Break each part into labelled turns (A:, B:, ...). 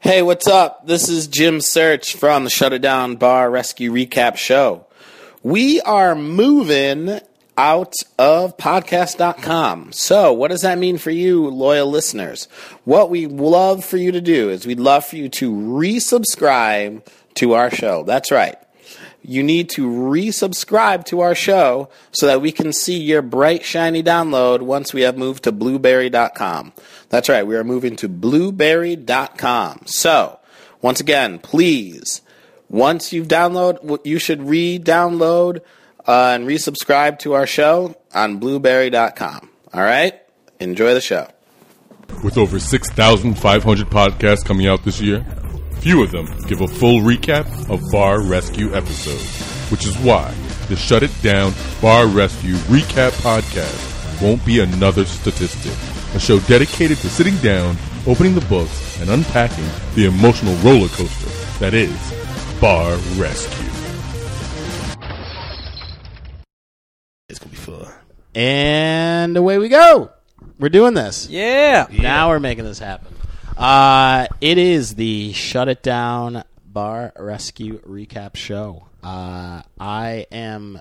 A: Hey, what's up? This is Jim Search from the Shut It Down Bar Rescue Recap Show. We are moving out of podcast.com. So, what does that mean for you, loyal listeners? What we'd love for you to do is we'd love for you to resubscribe to our show. That's right. You need to resubscribe to our show so that we can see your bright, shiny download once we have moved to blueberry.com. That's right, we are moving to blueberry.com. So, once again, please, once you've downloaded, you should re download uh, and resubscribe to our show on blueberry.com. All right? Enjoy the show.
B: With over 6,500 podcasts coming out this year, few of them give a full recap of bar rescue episodes, which is why the Shut It Down Bar Rescue Recap Podcast won't be another statistic. A show dedicated to sitting down, opening the books, and unpacking the emotional roller coaster that is bar rescue.
A: It's going to be fun. And away we go. We're doing this.
C: Yeah.
A: Now we're making this happen. Uh, it is the Shut It Down Bar Rescue Recap Show. Uh, I am,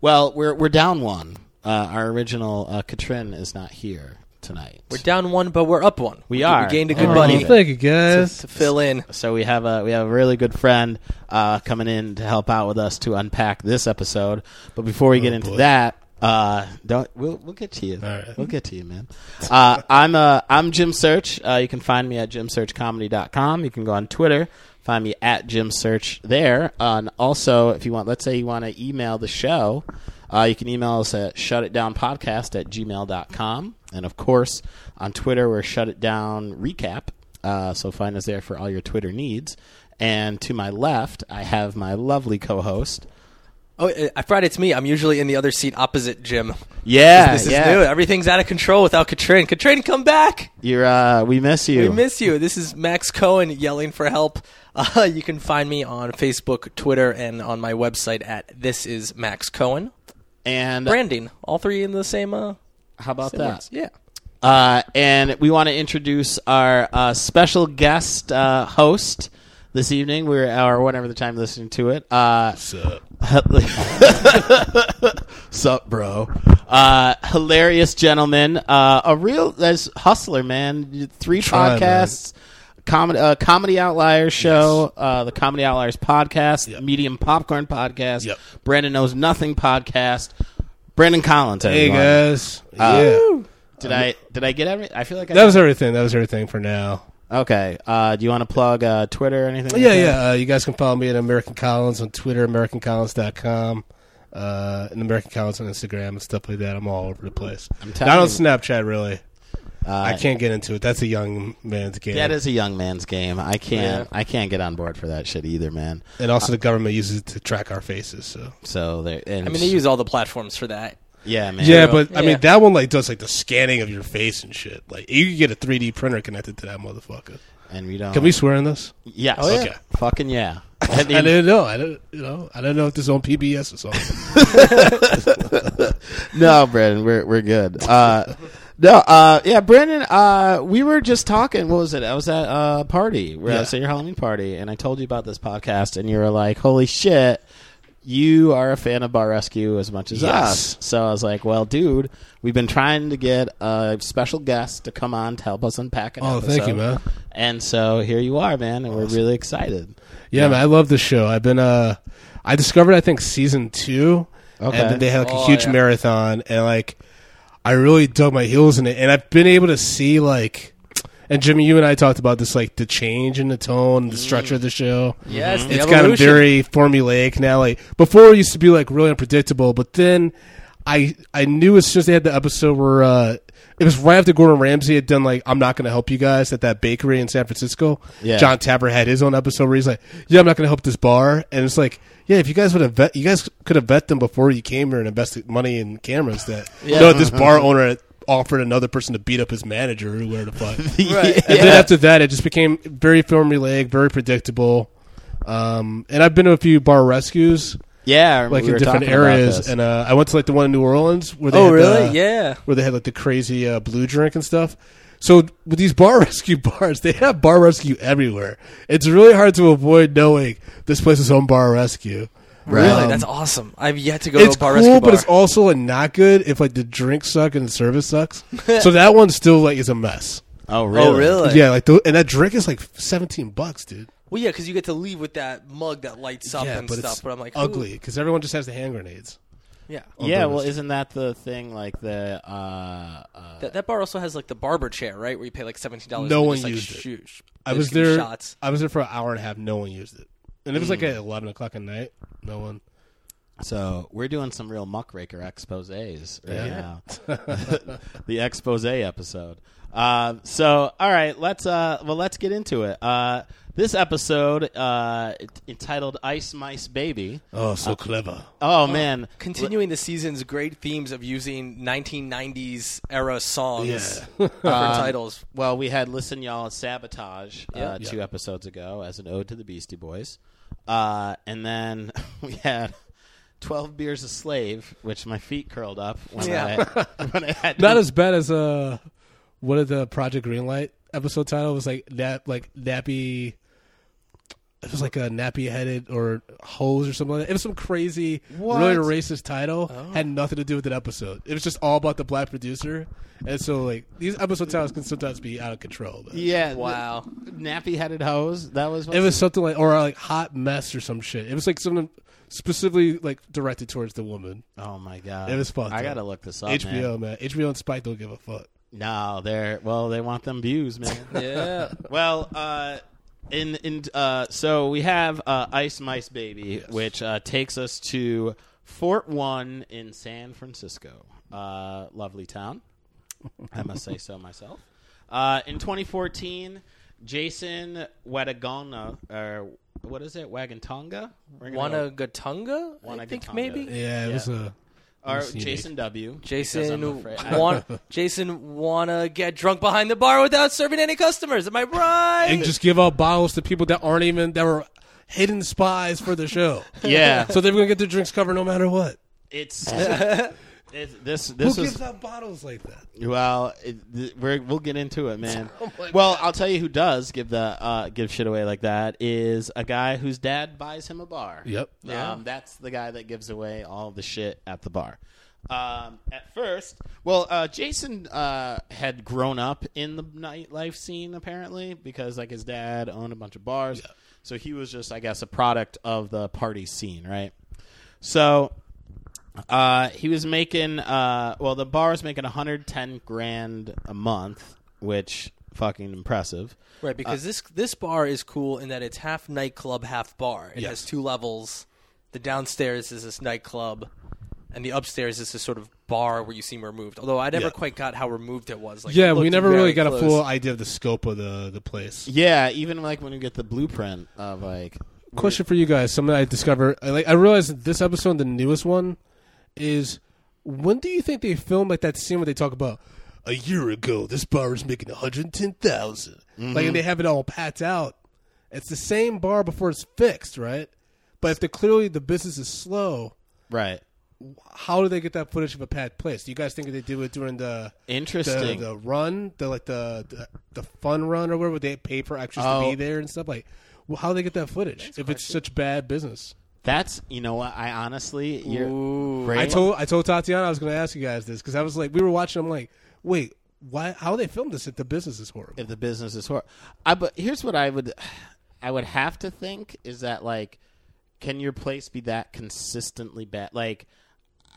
A: well, we're we're down one. Uh, our original uh, Katrin is not here tonight.
C: We're down one, but we're up one.
A: We are.
C: We gained a good
A: Oh,
C: buddy to,
D: Thank you, guys.
C: to fill in.
A: so we have a we have a really good friend uh, coming in to help out with us to unpack this episode. But before we get into that, uh, don't we'll we'll get to you. We'll get to you, man. Uh, I'm uh, I'm Jim Search. Uh, you can find me at jimsearchcomedy.com. You can go on Twitter. Find me at Jim Search there. Uh, and also, if you want, let's say you want to email the show, uh, you can email us at shutitdownpodcast at gmail.com. And of course, on Twitter, we're shut it down recap. Uh, so find us there for all your Twitter needs. And to my left, I have my lovely co-host.
C: Oh, uh, Friday, it's me. I'm usually in the other seat opposite Jim.
A: Yeah,
C: This is new. Everything's out of control without Katrin. Katrin, come back.
A: You're, uh, we miss you.
C: We miss you. This is Max Cohen yelling for help. Uh, you can find me on Facebook, Twitter, and on my website at This Is Max Cohen.
A: and
C: Branding. All three in the same. Uh,
A: how about
C: same
A: that?
C: words. Yeah.
A: Uh, and we want to introduce our uh, special guest uh, host this evening. We're or whatever the time you're listening to it. Uh,
D: Sup?
A: Sup, bro? Uh, hilarious gentleman. Uh, a real as hustler man. Three
D: Trying, man.
A: podcasts. Comedy, uh, comedy Outliers show, uh, the Comedy Outliers podcast,
D: Yep.
A: Medium Popcorn podcast,
D: Yep.
A: Brandon Knows Nothing podcast, Brandon Collins.
D: Hey
A: everyone.
D: guys. yeah.
A: did I did I get every? I feel like I
D: That was everything. That was everything for now.
A: Okay. Uh, do you want to plug uh, Twitter or anything? like
D: Yeah,
A: that?
D: yeah. Uh, you guys can follow me at American Collins on Twitter, AmericanCollins.com, uh, and American Collins on Instagram and stuff like that. I'm all over the place. I'm
A: telling
D: Not on
A: you.
D: Snapchat, really.
A: Uh,
D: I can't get into it. That's a young man's game.
A: That is a young man's game. I can't. I can't get on board for that shit either, man.
D: and also, the government uses it to track our faces. So.
A: So there. And
C: I mean, they use all the platforms for that.
A: Yeah, man.
D: Yeah, but I
C: Yeah.
D: mean that one like does like the scanning of your face and shit. Like you could get a 3D printer connected to that motherfucker.
A: And we don't.
D: Can we swear on this?
A: Yes.
D: Oh, yeah. Okay.
A: Fucking yeah. I
D: I
A: mean,
D: didn't know. I don't. You know. I don't know if this is on PBS or something.
A: no, Brandon, we're we're good. Uh, no, uh, yeah, Brandon. Uh, we were just talking. What was it? I was at a party. Where I was
D: Yeah.
A: at your Halloween party, and I told you about this podcast, and you were like, "Holy shit." You are a fan of Bar Rescue as much as
D: Yes.
A: us. So I was like, well, dude, we've been trying to get a special guest to come on to help us unpack an
D: Oh,
A: episode.
D: thank you, man.
A: And so here you are, man, and we're really excited.
D: Yeah, man, I love this show. I've been uh I discovered I think season two.
A: Okay.
D: And then they had like a
C: Oh,
D: huge
C: yeah.
D: marathon and like I really dug my heels in it and I've been able to see like and Jimmy, you and I talked about this like the change in the tone and the structure of the show.
C: Yes, the
D: It's kind of
C: evolution.
D: very formulaic now. Like before it used to be like really unpredictable, but then I I knew as soon as they had the episode where uh it was right after Gordon Ramsay had done like I'm not going to help you guys at that bakery in San Francisco.
A: Yeah.
D: John Tapper had his own episode where he's like, "Yeah, I'm not going to help this bar," and it's like, "Yeah, if you guys would have vet, you guys could have vet them before you came here and invested money in cameras that you know this bar owner had offered another person to beat up his manager or whatever the fuck." And then after that, it just became very formulaic, very predictable. Um, and I've been to a few bar rescues,
A: Yeah,
D: like
A: we
D: in
A: were
D: different
A: talking about
D: areas,
A: this.
D: and uh, I went to like the one in New Orleans where they
C: Oh,
D: had
C: really?
D: the-
C: yeah.
D: where they had like the crazy uh, blue drink and stuff. So with these bar rescue bars, they have bar rescue everywhere. It's really hard to avoid knowing this place is on bar rescue.
C: Really,
D: Um,
C: that's awesome. I've yet to go
D: it's
C: to a bar
D: cool,
C: rescue bar.
D: but it's also like not good if like the drinks suck and the service sucks. so that one still like is a mess.
A: Oh,
C: really? really?
D: yeah, like the, and that drink is like seventeen bucks, dude.
C: well, yeah, because you get to leave with that mug that lights up
D: yeah,
C: and
D: but
C: stuff.
D: it's
C: but I'm like, who-
D: ugly Uh, because everyone just has the hand grenades.
C: Yeah,
A: Yeah,
D: Although
A: well,
D: it's-
A: isn't that the thing like the uh, uh
C: that, that bar also has like the barber chair, right? Where you pay like seventeen dollars.
D: No
C: and
D: one
C: just, like,
D: used it.
C: shoot, sh-
D: I
C: they
D: was
C: just give you
D: there.
C: Shots. Hmm.
D: I was there for an hour and a half. No one used it, and it was like at eleven o'clock at night. No one.
A: So we're doing some real muckraker exposés right now. the expose episode. Uh, so all right, let's uh, well let's get into it. Uh, this episode uh, it- entitled "Ice Mice Baby."
D: Oh, so clever.
A: Oh man,
C: Continuing the season's great themes of using 1990s era songs
D: Yeah.
C: for
A: Um,
C: titles.
A: Well, we had "Listen Y'all" sabotage uh,
C: Yeah.
A: two episodes ago as an ode to the Beastie Boys, uh, and then we had. Twelve beers a slave, which my feet curled up when
C: Yeah.
A: I when I had
D: Not as bad as uh, what of the Project Greenlight episode title was like nap, like nappy. It was like a nappy headed or hose or something. like that. It was some crazy, really racist title.
A: Oh.
D: Had nothing to do with that episode. It was just all about the black producer. And so, like these episode titles can sometimes be out of control. But
A: Yeah. th-
C: Wow.
A: nappy headed hose. That was.
D: It was something like or like hot mess or some shit. It was like something specifically like directed towards the woman.
A: Oh my god.
D: It was fucked
A: I
D: up.
A: gotta look this up.
D: HBO
A: man.
D: man. HBO and Spike don't give a fuck.
A: No, they're well. They want them views, man.
C: Yeah.
A: well, uh, in in uh, so we have uh, Ice Mice Baby, which uh, takes us to Fort One in San Francisco. Uh, lovely town, I must say so myself. Uh, in 2014, Jason Wadagona, or what is it, Wagantonga? We're gonna go-
C: Wanagatunga? I
A: Wanagatunga.
C: think maybe.
D: Yeah, it was uh, a
A: or
D: Let's see,
A: Jason W. because I'm
C: Jason
A: afraid- I-
C: want Jason wanna get drunk behind the bar without serving any customers. Am I right?
D: and just give out bottles to people that aren't even that were hidden spies for the show.
A: yeah,
D: so they're gonna get their drinks covered no matter what.
A: it's, it's this. This
D: Who
A: is
D: gives out bottles like that?
A: well. It, th- we're, we'll get into it, man. well, I'll tell you who does give the uh, give shit away like that is a guy whose dad buys him a bar.
D: Yep.
C: Yeah.
A: Um, that's the guy that gives away all the shit at the bar. Um, at first, well, uh, Jason uh, had grown up in the nightlife scene apparently because like his dad owned a bunch of bars, so he was just, I guess, a product of the party scene, right? So uh, he was making uh, well, the bar was making 110 grand a month, which fucking impressive.
C: right, because
D: Uh,
C: this this bar is cool in that it's half nightclub, half bar. It has two levels. The downstairs is this nightclub and the upstairs is this sort of bar where you seem removed. Although I never
D: Yeah.
C: quite got how removed it was. Like, it
D: Yeah, we
C: looked
D: never
C: very
D: really got a
C: close.
D: full idea of the scope of the the place.
A: Yeah, even like when you get the blueprint of like
D: Question for you guys: Something I discovered, I, like I realized that this episode, the newest one, is when do you think they filmed like that scene where they talk about a year ago this bar was making one hundred ten thousand, like and they have it all packed out. It's the same bar before it's fixed, right? But if the clearly the business is slow,
A: right.
D: how do they get that footage of a packed place? Do you guys think they do it during the the,
A: Interesting.
D: the run, the like the, the the fun run or whatever? They pay for extras to
A: Oh.
D: be there and stuff like. Well, how do they get that footage if it's such bad business?
A: That's you know what I honestly you're
D: I
A: Right?
D: told I told Tatiana I was going to ask you guys this because I was like, we were watching. I'm like, wait, why? How they filmed this if the business is horrible?
A: if the business is horrible. I but here's what I would I would have to think is that like can your place be that consistently bad? Like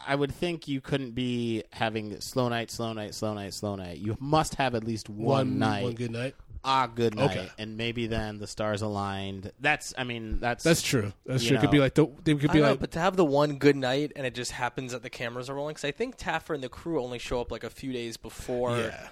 A: I would think you couldn't be having slow night, slow night, slow night, slow night. You must have at least one, night,
D: one good night.
A: ah, good night,
D: Okay.
A: and maybe then the stars aligned. That's, I mean, that's
D: That's true. That's
A: You
D: true. It could be
A: know.
D: like the, they could
C: I
D: be
C: know,
D: like
C: but to have the one good night and it just happens that the cameras are rolling. Because I think Taffer and the crew only show up like a few days before
D: Yeah. Mm.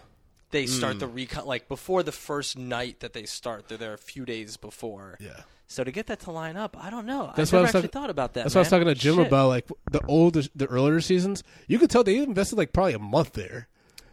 C: they start the recon, like before the first night that they start. They're there a few days before.
D: Yeah.
C: So to get that to line up, I don't know.
D: That's
C: I
D: what I
C: never
D: was
C: actually
D: talking-
C: thought about that.
D: That's what I was
C: man.
D: talking to Jim
C: Shit.
D: about. Like the older, the earlier seasons, you could tell they invested like probably a month there.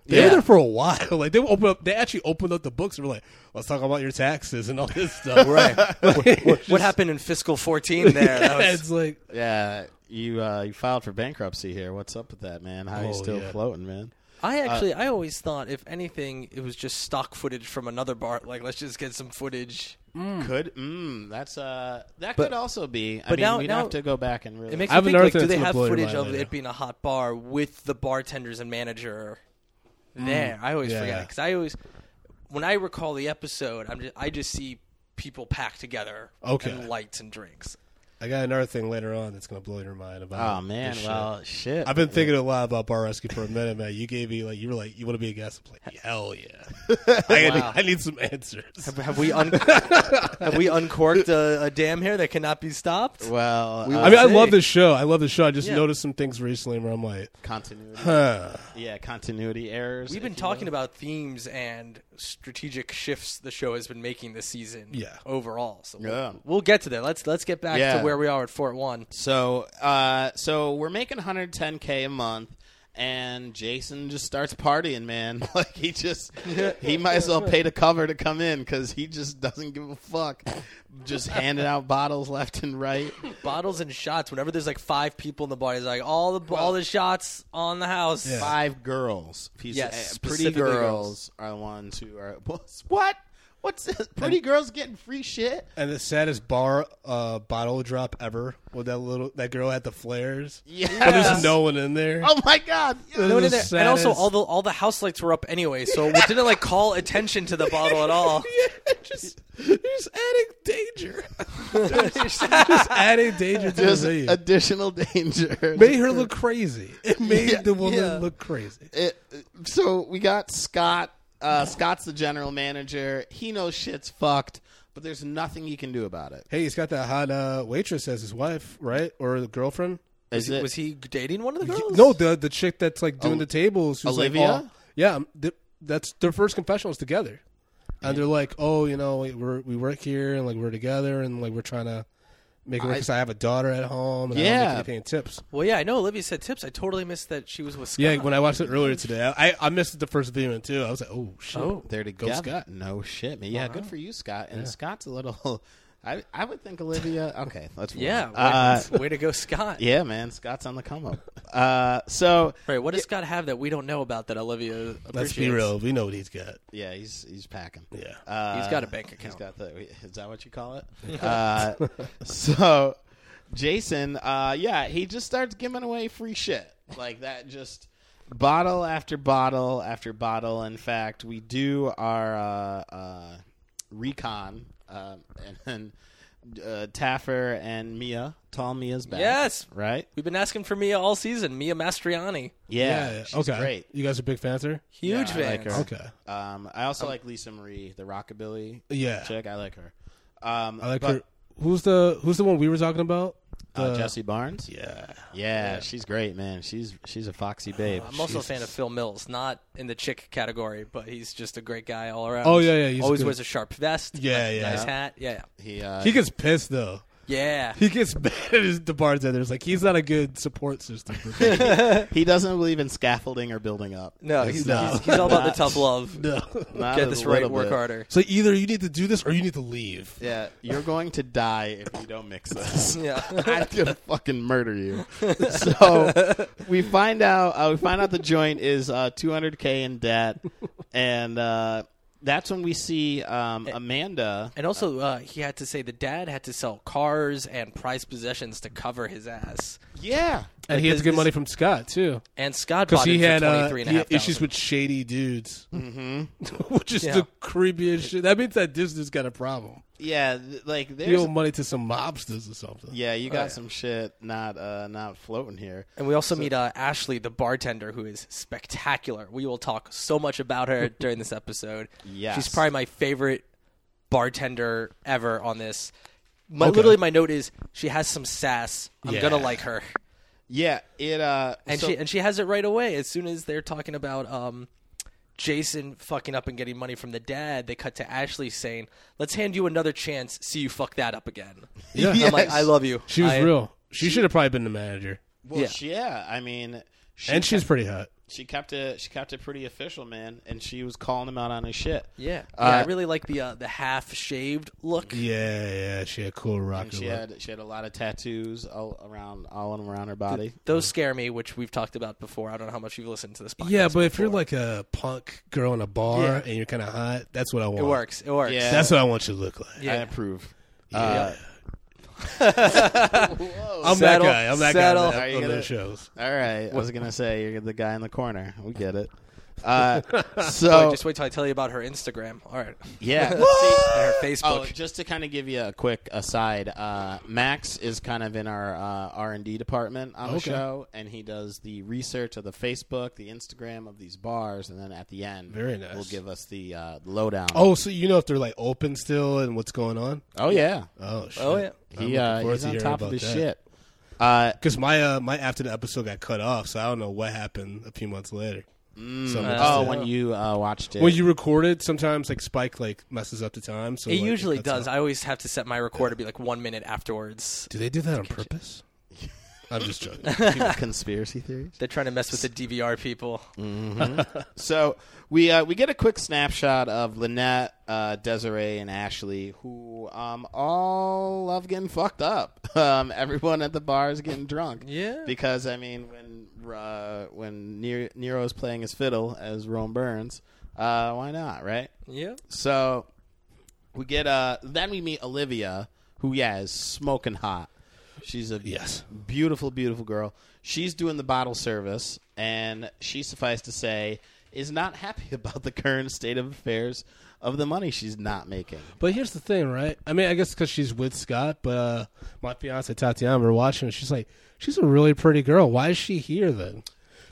D: They
A: Yeah.
D: were there for a while. Like they opened up, they actually opened up the books and were like, "Let's talk about your taxes and all this stuff." right?
C: What happened in fiscal 14 there? That was-
D: it's like
A: yeah. You uh, you filed for bankruptcy here. What's up with that, man? How you
D: Oh,
A: still
D: yeah.
A: floating, man?
C: I actually, I always thought if anything, it was just stock footage from another bar. Like, let's just get some footage.
A: Could mm, that's uh that
C: But-
A: could also be. I
C: Hmm. but
A: mean,
C: now-
A: we'd
C: now-
A: have to go back and really.
C: It makes me
D: I have
C: think,
D: another
C: like,
D: thing
C: do they
D: that's a
C: have
D: bloater
C: footage of
D: violator.
C: it being a hot bar with the bartenders and manager there? I always
D: Mm. Yeah.
C: forget because I always, when I recall the episode, I'm just, I just see people packed together
D: Okay.
C: and lights and drinks.
D: I got another thing later on that's going to blow your mind about.
A: oh man,
D: this shit.
A: well shit.
D: I've been thinking a lot about bar rescue for a minute, man. You gave me like you were like you want to be a guest? I'm like hell yeah. I, need, I need some answers.
C: Have we un- have we uncorked a, a dam here that cannot be stopped?
A: well,
C: We
A: uh,
D: I mean, I
C: Hey.
D: love this show. I love this show. I just
C: Yeah.
D: noticed some things recently where I'm like,
A: continuity.
D: huh.
A: Yeah, continuity errors.
C: We've been talking about themes and strategic shifts the show has been making this season.
D: Yeah.
C: overall. So we'll,
A: Yeah.
C: we'll get to that. Let's let's get back
A: Yeah.
C: to where we are at Fort One.
A: So, uh, so we're making 110k a month, and Jason just starts partying, man. Like he just, he might as well pay the cover to come in because he just doesn't give a fuck. Just handing out bottles left and right.
C: Bottles and shots. Whenever there's like five people in the bar, he's like all the all the shots on the house.
D: Yeah.
A: Five girls, He's-
C: Yes,
A: uh, pretty
C: specifically
A: girls,
C: girls.
A: are the ones who are what? What's this? pretty girls getting free shit?
D: And the saddest bar uh, bottle drop ever with that little that girl had the flares. But
A: Yeah.
D: there's no one in there.
A: oh my god. Yeah.
C: No one in
D: The
C: there. And also,
D: saddest-
C: all the all the house lights were up anyway, so we didn't like call attention to the bottle at all.
D: just, you're just adding danger. just adding danger to
A: Just
D: the scene.
A: additional danger.
D: made her look crazy. It made
A: Yeah,
D: the woman
C: yeah.
D: look crazy.
A: it, so we got Scott. Uh, Scott's the general manager. He knows shit's fucked, but there's nothing he can do about it.
D: Hey, he's got that hot uh, waitress as his wife, right, or the girlfriend?
A: Is it?
C: Was he dating one of the girls?
D: No, the the chick that's like doing the tables. Who's Like,
A: Olivia?
D: oh, yeah, um, th- that's their first confessionals together, and they're like, "Oh, you know, we- we're we work here, and like we're together, and like we're trying to make it work
A: I-
D: because I, have a daughter at home, and I don't
A: Yeah.
D: make anything in tips."
C: Well, yeah, I know. Olivia said tips. I totally missed that she was with Scott.
D: Yeah, when I watched it earlier today, I I missed the first video too. I was like, "Oh shit!"
C: Oh.
A: They're
D: Go
A: together.
D: Scott.
A: No shit, man. Yeah, good for you, Scott. And Scott's a little. I I would think Olivia. Okay, let's. move
C: Yeah,
A: on.
C: way,
A: Uh,
C: way to go, Scott.
A: yeah, man. Scott's on the come up. Uh, so
C: Right, what does Scott have that we don't know about that Olivia appreciates?
D: Let's be real. We know what he's got.
A: yeah, he's he's packing.
D: Yeah.
A: Uh,
C: He's got a bank
A: He's
C: account.
A: got the. Is that what you call it? uh, so, Jason, uh, yeah, he just starts giving away free shit like that. Just bottle after bottle after bottle. In fact, we do our uh, uh, recon, um and then uh, Taffer and Mia, tall Mia's back.
C: Yes.
A: right.
C: We've been asking for Mia all season, Mia Mastriani.
A: Yeah, she's
D: okay.
A: great.
D: You guys are big fans here.
C: Huge
A: Yeah, I like
C: fans.
A: her.
D: Okay.
A: Um, I also like Lisa Marie, the rockabilly
D: Yeah.
A: chick. I like her. Um,
D: I like
A: but-
D: her. Who's the Who's the one we were talking about?
A: Uh,
D: The-
A: Jesse Barnes.
D: Yeah.
A: Yeah, she's great, man. She's she's a foxy babe.
C: I'm also a
A: She's-
C: fan Uh, of Phil Mills, not in the chick category, but he's just a great guy all around.
D: Oh, yeah, yeah, he's
C: Always
D: good.
C: wears a sharp vest.
D: Yeah,
C: nice,
D: yeah.
C: Nice hat. Yeah,
A: He, uh,
D: He gets pissed though.
C: yeah.
D: He gets mad at his, the bartenders. Like he's not a good support system. For people.
A: he doesn't believe in scaffolding or building up.
C: No,
A: It's
C: he's,
A: not-
C: he's, he's all about the tough love.
A: not a
C: Get this right,
A: little
C: work
A: bit.
C: harder.
D: so either you need to do this or you need to leave.
A: Yeah, you're going to die if you don't mix this.
C: Yeah.
A: I'm gonna fucking murder you. So we find out uh, we find out the joint is uh, 200k in debt, and uh, that's when we see
C: Eh.
A: um, Amanda.
C: And also, uh, he had to say the dad had to sell cars and prized possessions to cover his ass.
A: Yeah,
D: And he has to get money from Scott too,
C: And Scott
D: because
C: bought
D: he
C: in
D: had
C: for
D: uh,
C: 23 and a
D: he had
C: half
D: issues
C: thousand.
D: with shady dudes, mm-hmm. which is
C: Yeah.
D: the creepiest shit. That means that Disney's got a problem.
A: yeah. th- Like
D: He
A: there's
D: owe money to some mobsters or something.
A: yeah, you got
C: Oh,
A: some shit not uh, not floating here.
C: And we also meet uh, Ashley, the bartender, who is spectacular. We will talk so much about her during this episode.
A: Yes.
C: She's probably my favorite bartender ever on this. My, Literally, my note is she has some sass. I'm gonna
D: Yeah.
C: like her,
A: Yeah, it uh,
C: and
A: so-
C: she and she has it right away. As soon as they're talking about um, Jason fucking up and getting money from the dad, they cut to Ashley saying, "Let's hand you another chance. See you fuck that up again."
D: Yeah.
C: I'm like,
A: Yes.
C: I love you.
D: She was
C: I-
D: real. She, should have probably been the manager.
A: Well,
C: Yeah.
A: sh yeah. I mean, She
D: and she's pretty hot.
A: she kept it she kept it pretty official, man, and she was calling him out on his shit.
C: Yeah, yeah.
A: Uh,
C: I really like the uh, the half shaved look.
D: Yeah, yeah, she had cool rock.
A: And she had she had a lot of tattoos all around all around her body.
C: Those scare me, which we've talked about before. I don't know how much you've listened to this podcast.
D: yeah, but if you're
C: before.
D: like a punk girl in a bar
C: Yeah.
D: and you're kind of hot, that's what I want.
C: it works. It works.
A: Yeah.
D: That's what I want you to look like.
A: I
C: Yeah.
A: approve.
D: Yeah.
A: Uh,
D: I'm
C: Settle,
D: that guy. I'm that
C: settle.
D: guy
A: Are
D: on
A: you
D: that- on
A: gonna-
D: those shows.
A: all right, I was gonna say you're the guy in the corner. We get it. Uh,
C: Wait,
A: so
C: Oh, just wait till I tell you about her Instagram. All right,
A: yeah,
C: and her
A: Oh,
C: Facebook.
A: just to kind of give you a quick aside, uh, Max is kind of in our uh, R and D department on the
D: Okay.
A: show, and he does the research of the Facebook, the Instagram of these bars, and then at the end,
D: Very nice.
A: will give us the uh, lowdown.
D: Oh, so you know if they're like open still and what's going on?
A: oh yeah,
D: Oh, shit.
C: Oh, yeah.
A: he uh, he's on top of his shit. Uh,
D: Because my uh, my after the episode got cut off, so I don't know what happened a few months later. so
C: Uh,
D: I'm
A: oh,
D: interested.
A: when you uh, watched it,
D: when you record it, sometimes like Spike like messes up the time. So
C: it
D: like,
C: usually
D: cuts
C: does.
D: off.
C: I always have to set my record to be like one minute afterwards.
D: Do they do that on purpose? I'm just joking.
A: conspiracy theories.
C: They're trying to mess with the DVR people.
A: So we uh, we get a quick snapshot of Lynette, uh, Desiree, and Ashley, who um, all love getting fucked up. Um, everyone at the bar is getting drunk.
C: Yeah.
A: because I mean, when uh, when Nero, Nero's playing his fiddle as Rome Burns, uh, why not, right?
C: Yeah.
A: So we get uh, then we meet Olivia, who yeah is smoking hot. She's a
D: Yes.
A: beautiful, beautiful girl. She's doing the bottle service, and she, suffice to say, is not happy about the current state of affairs of the money she's not making.
D: But here's the thing, right? I mean, I guess because she's with Scott, but uh, my fiance Tatiana, we're watching, and she's like, she's a really pretty girl. Why is she here then?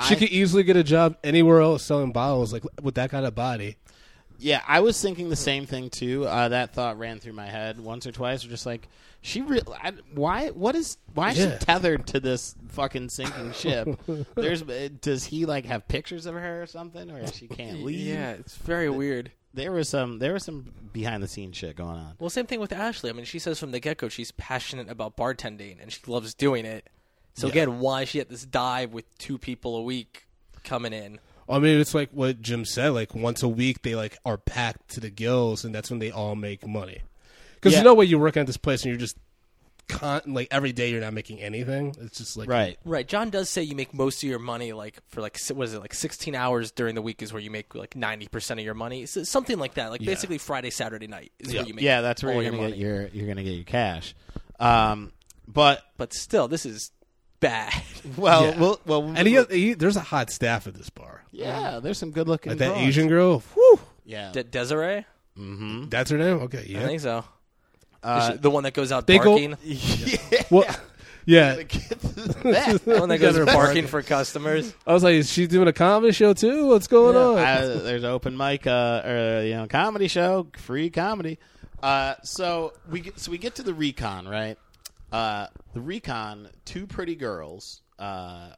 D: She
A: I-
D: could easily get a job anywhere else selling bottles, like with that kind of body.
A: Yeah, I was thinking the same thing too. Uh, that thought ran through my head once or twice. Just like she, re- I, why? What is? Why is
D: Yeah.
A: she tethered to this fucking sinking ship? There's. uh, Does he like have pictures of her or something, or she can't leave?
C: Yeah, it's very weird.
A: There was some. There was some behind the scenes shit going on.
C: Well, same thing with Ashley. I mean, she says from the get go she's passionate about bartending and she loves doing it. So again, why she had this dive with two people a week coming in?
D: I mean, it's like what Jim said. Like once a week, they like are packed to the gills, and that's when they all make money. Because
A: Yeah.
D: you know what, you work at this place, and you're just con- like every day you're not making anything. It's just like
A: Right.
C: Right. John does say you make most of your money like for like si- what is it like sixteen hours during the week is where you make like ninety percent of your money, S something like that. Like basically Friday, Saturday night is where you make.
A: Yeah, that's where
C: all
A: you're
C: your
A: gonna
C: money.
A: get your you're gonna get your cash. Um, but
C: But still, this is bad.
A: well,
D: Yeah.
A: well, well,
D: And he, he, there's a hot staff at this bar.
A: yeah, there's some good looking
D: Like that
A: broads.
D: Asian girl, whew,
A: Yeah,
C: De- Desiree,
A: Hmm?
D: that's her name. Okay,
C: I
D: yeah.
C: think so. Is she the one that goes out
D: Big ol-
C: barking.
D: Well, yeah.
C: the one that
D: You guys
C: goes
D: are
C: barking,
D: barking.
C: for customers.
D: I was like, is she doing a comedy show too? What's going on?
A: I, there's open mic, uh, or you know, comedy show, free comedy. Uh, so we get, so we get to the recon, right? Uh, the recon, two pretty girls. Uh,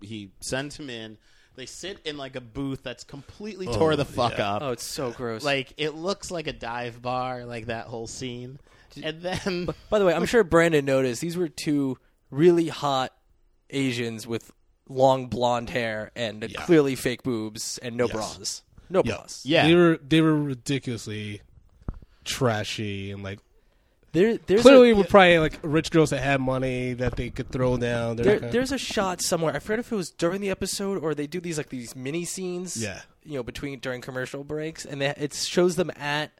A: he sends him in. They sit in like a booth that's completely tore the fuck up.
C: Oh, it's so gross.
A: Like it looks like a dive bar, like that whole scene. And then
C: By the way, I'm sure Brandon noticed these were two really hot Asians with long blonde hair and clearly fake boobs and no bras. No bras.
A: Yeah.
D: They were they were ridiculously trashy and like
C: There, there's
D: clearly
C: a,
D: were probably like rich girls that had money that they could throw down. They're
C: there,
D: not gonna-
C: there's a shot somewhere. I forget if it was during the episode or they do these like these mini scenes.
D: Yeah.
C: You know, between during commercial breaks, and they, it shows them at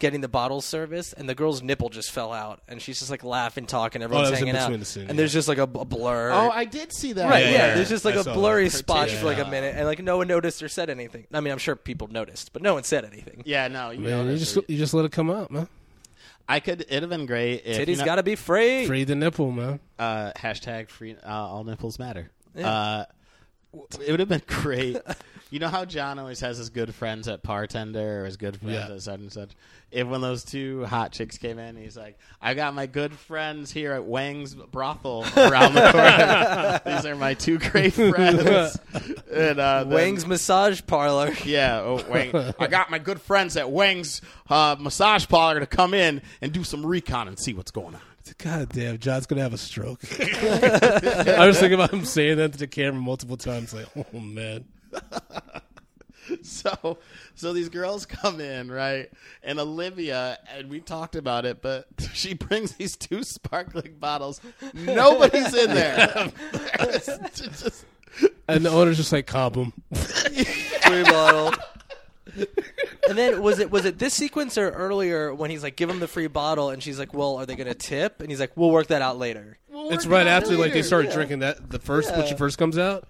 C: getting the bottle service, and the girl's nipple just fell out, and she's just like laughing, talking, everyone's
D: Oh, that was in
C: hanging out,
D: between the scene,
C: and there's just like a, b- a blur.
A: oh, I did see that.
C: Right, yeah,
D: Yeah, yeah, yeah.
C: There's just like
D: I
C: a
D: saw
C: blurry
D: that.
C: spot for like a
A: Yeah.
C: minute, and like no one noticed or said anything. I mean, I'm sure people noticed, but no one said anything.
A: Yeah, no, you know,
D: Man, you just you just let it come out, man.
A: I could. It'd have been great. If,
C: Titties
A: you know,
C: gotta be free.
D: Free the nipple, man.
A: uh, hashtag free. Uh, all nipples matter. Uh, w- it would have been great. you know how John always has his good friends at bartender or his good friends
D: Yeah.
A: at such and such. If when those two hot chicks came in, he's like, "I got my good friends here at Wang's brothel around the corner. These are my two great friends." and uh, then-
C: Wang's massage parlor.
A: Yeah, oh, Wang. I got my good friends at Wang's uh, massage parlor to come in and do some recon and see what's going on.
D: God damn, John's gonna have a stroke. I was thinking about him saying that to the camera multiple times, like, oh man.
A: so so these girls come in right and olivia and we talked about it but she brings these two sparkling bottles nobody's in there It's just-
D: And the owner's just like, cop him.
C: Three bottle. And then was it was it this sequence or earlier when he's like, give him the free bottle, and she's like, well, are they gonna tip? And he's like, we'll work that out later.
D: It's right after like they started drinking that the first when she
C: Yeah.
D: first comes out.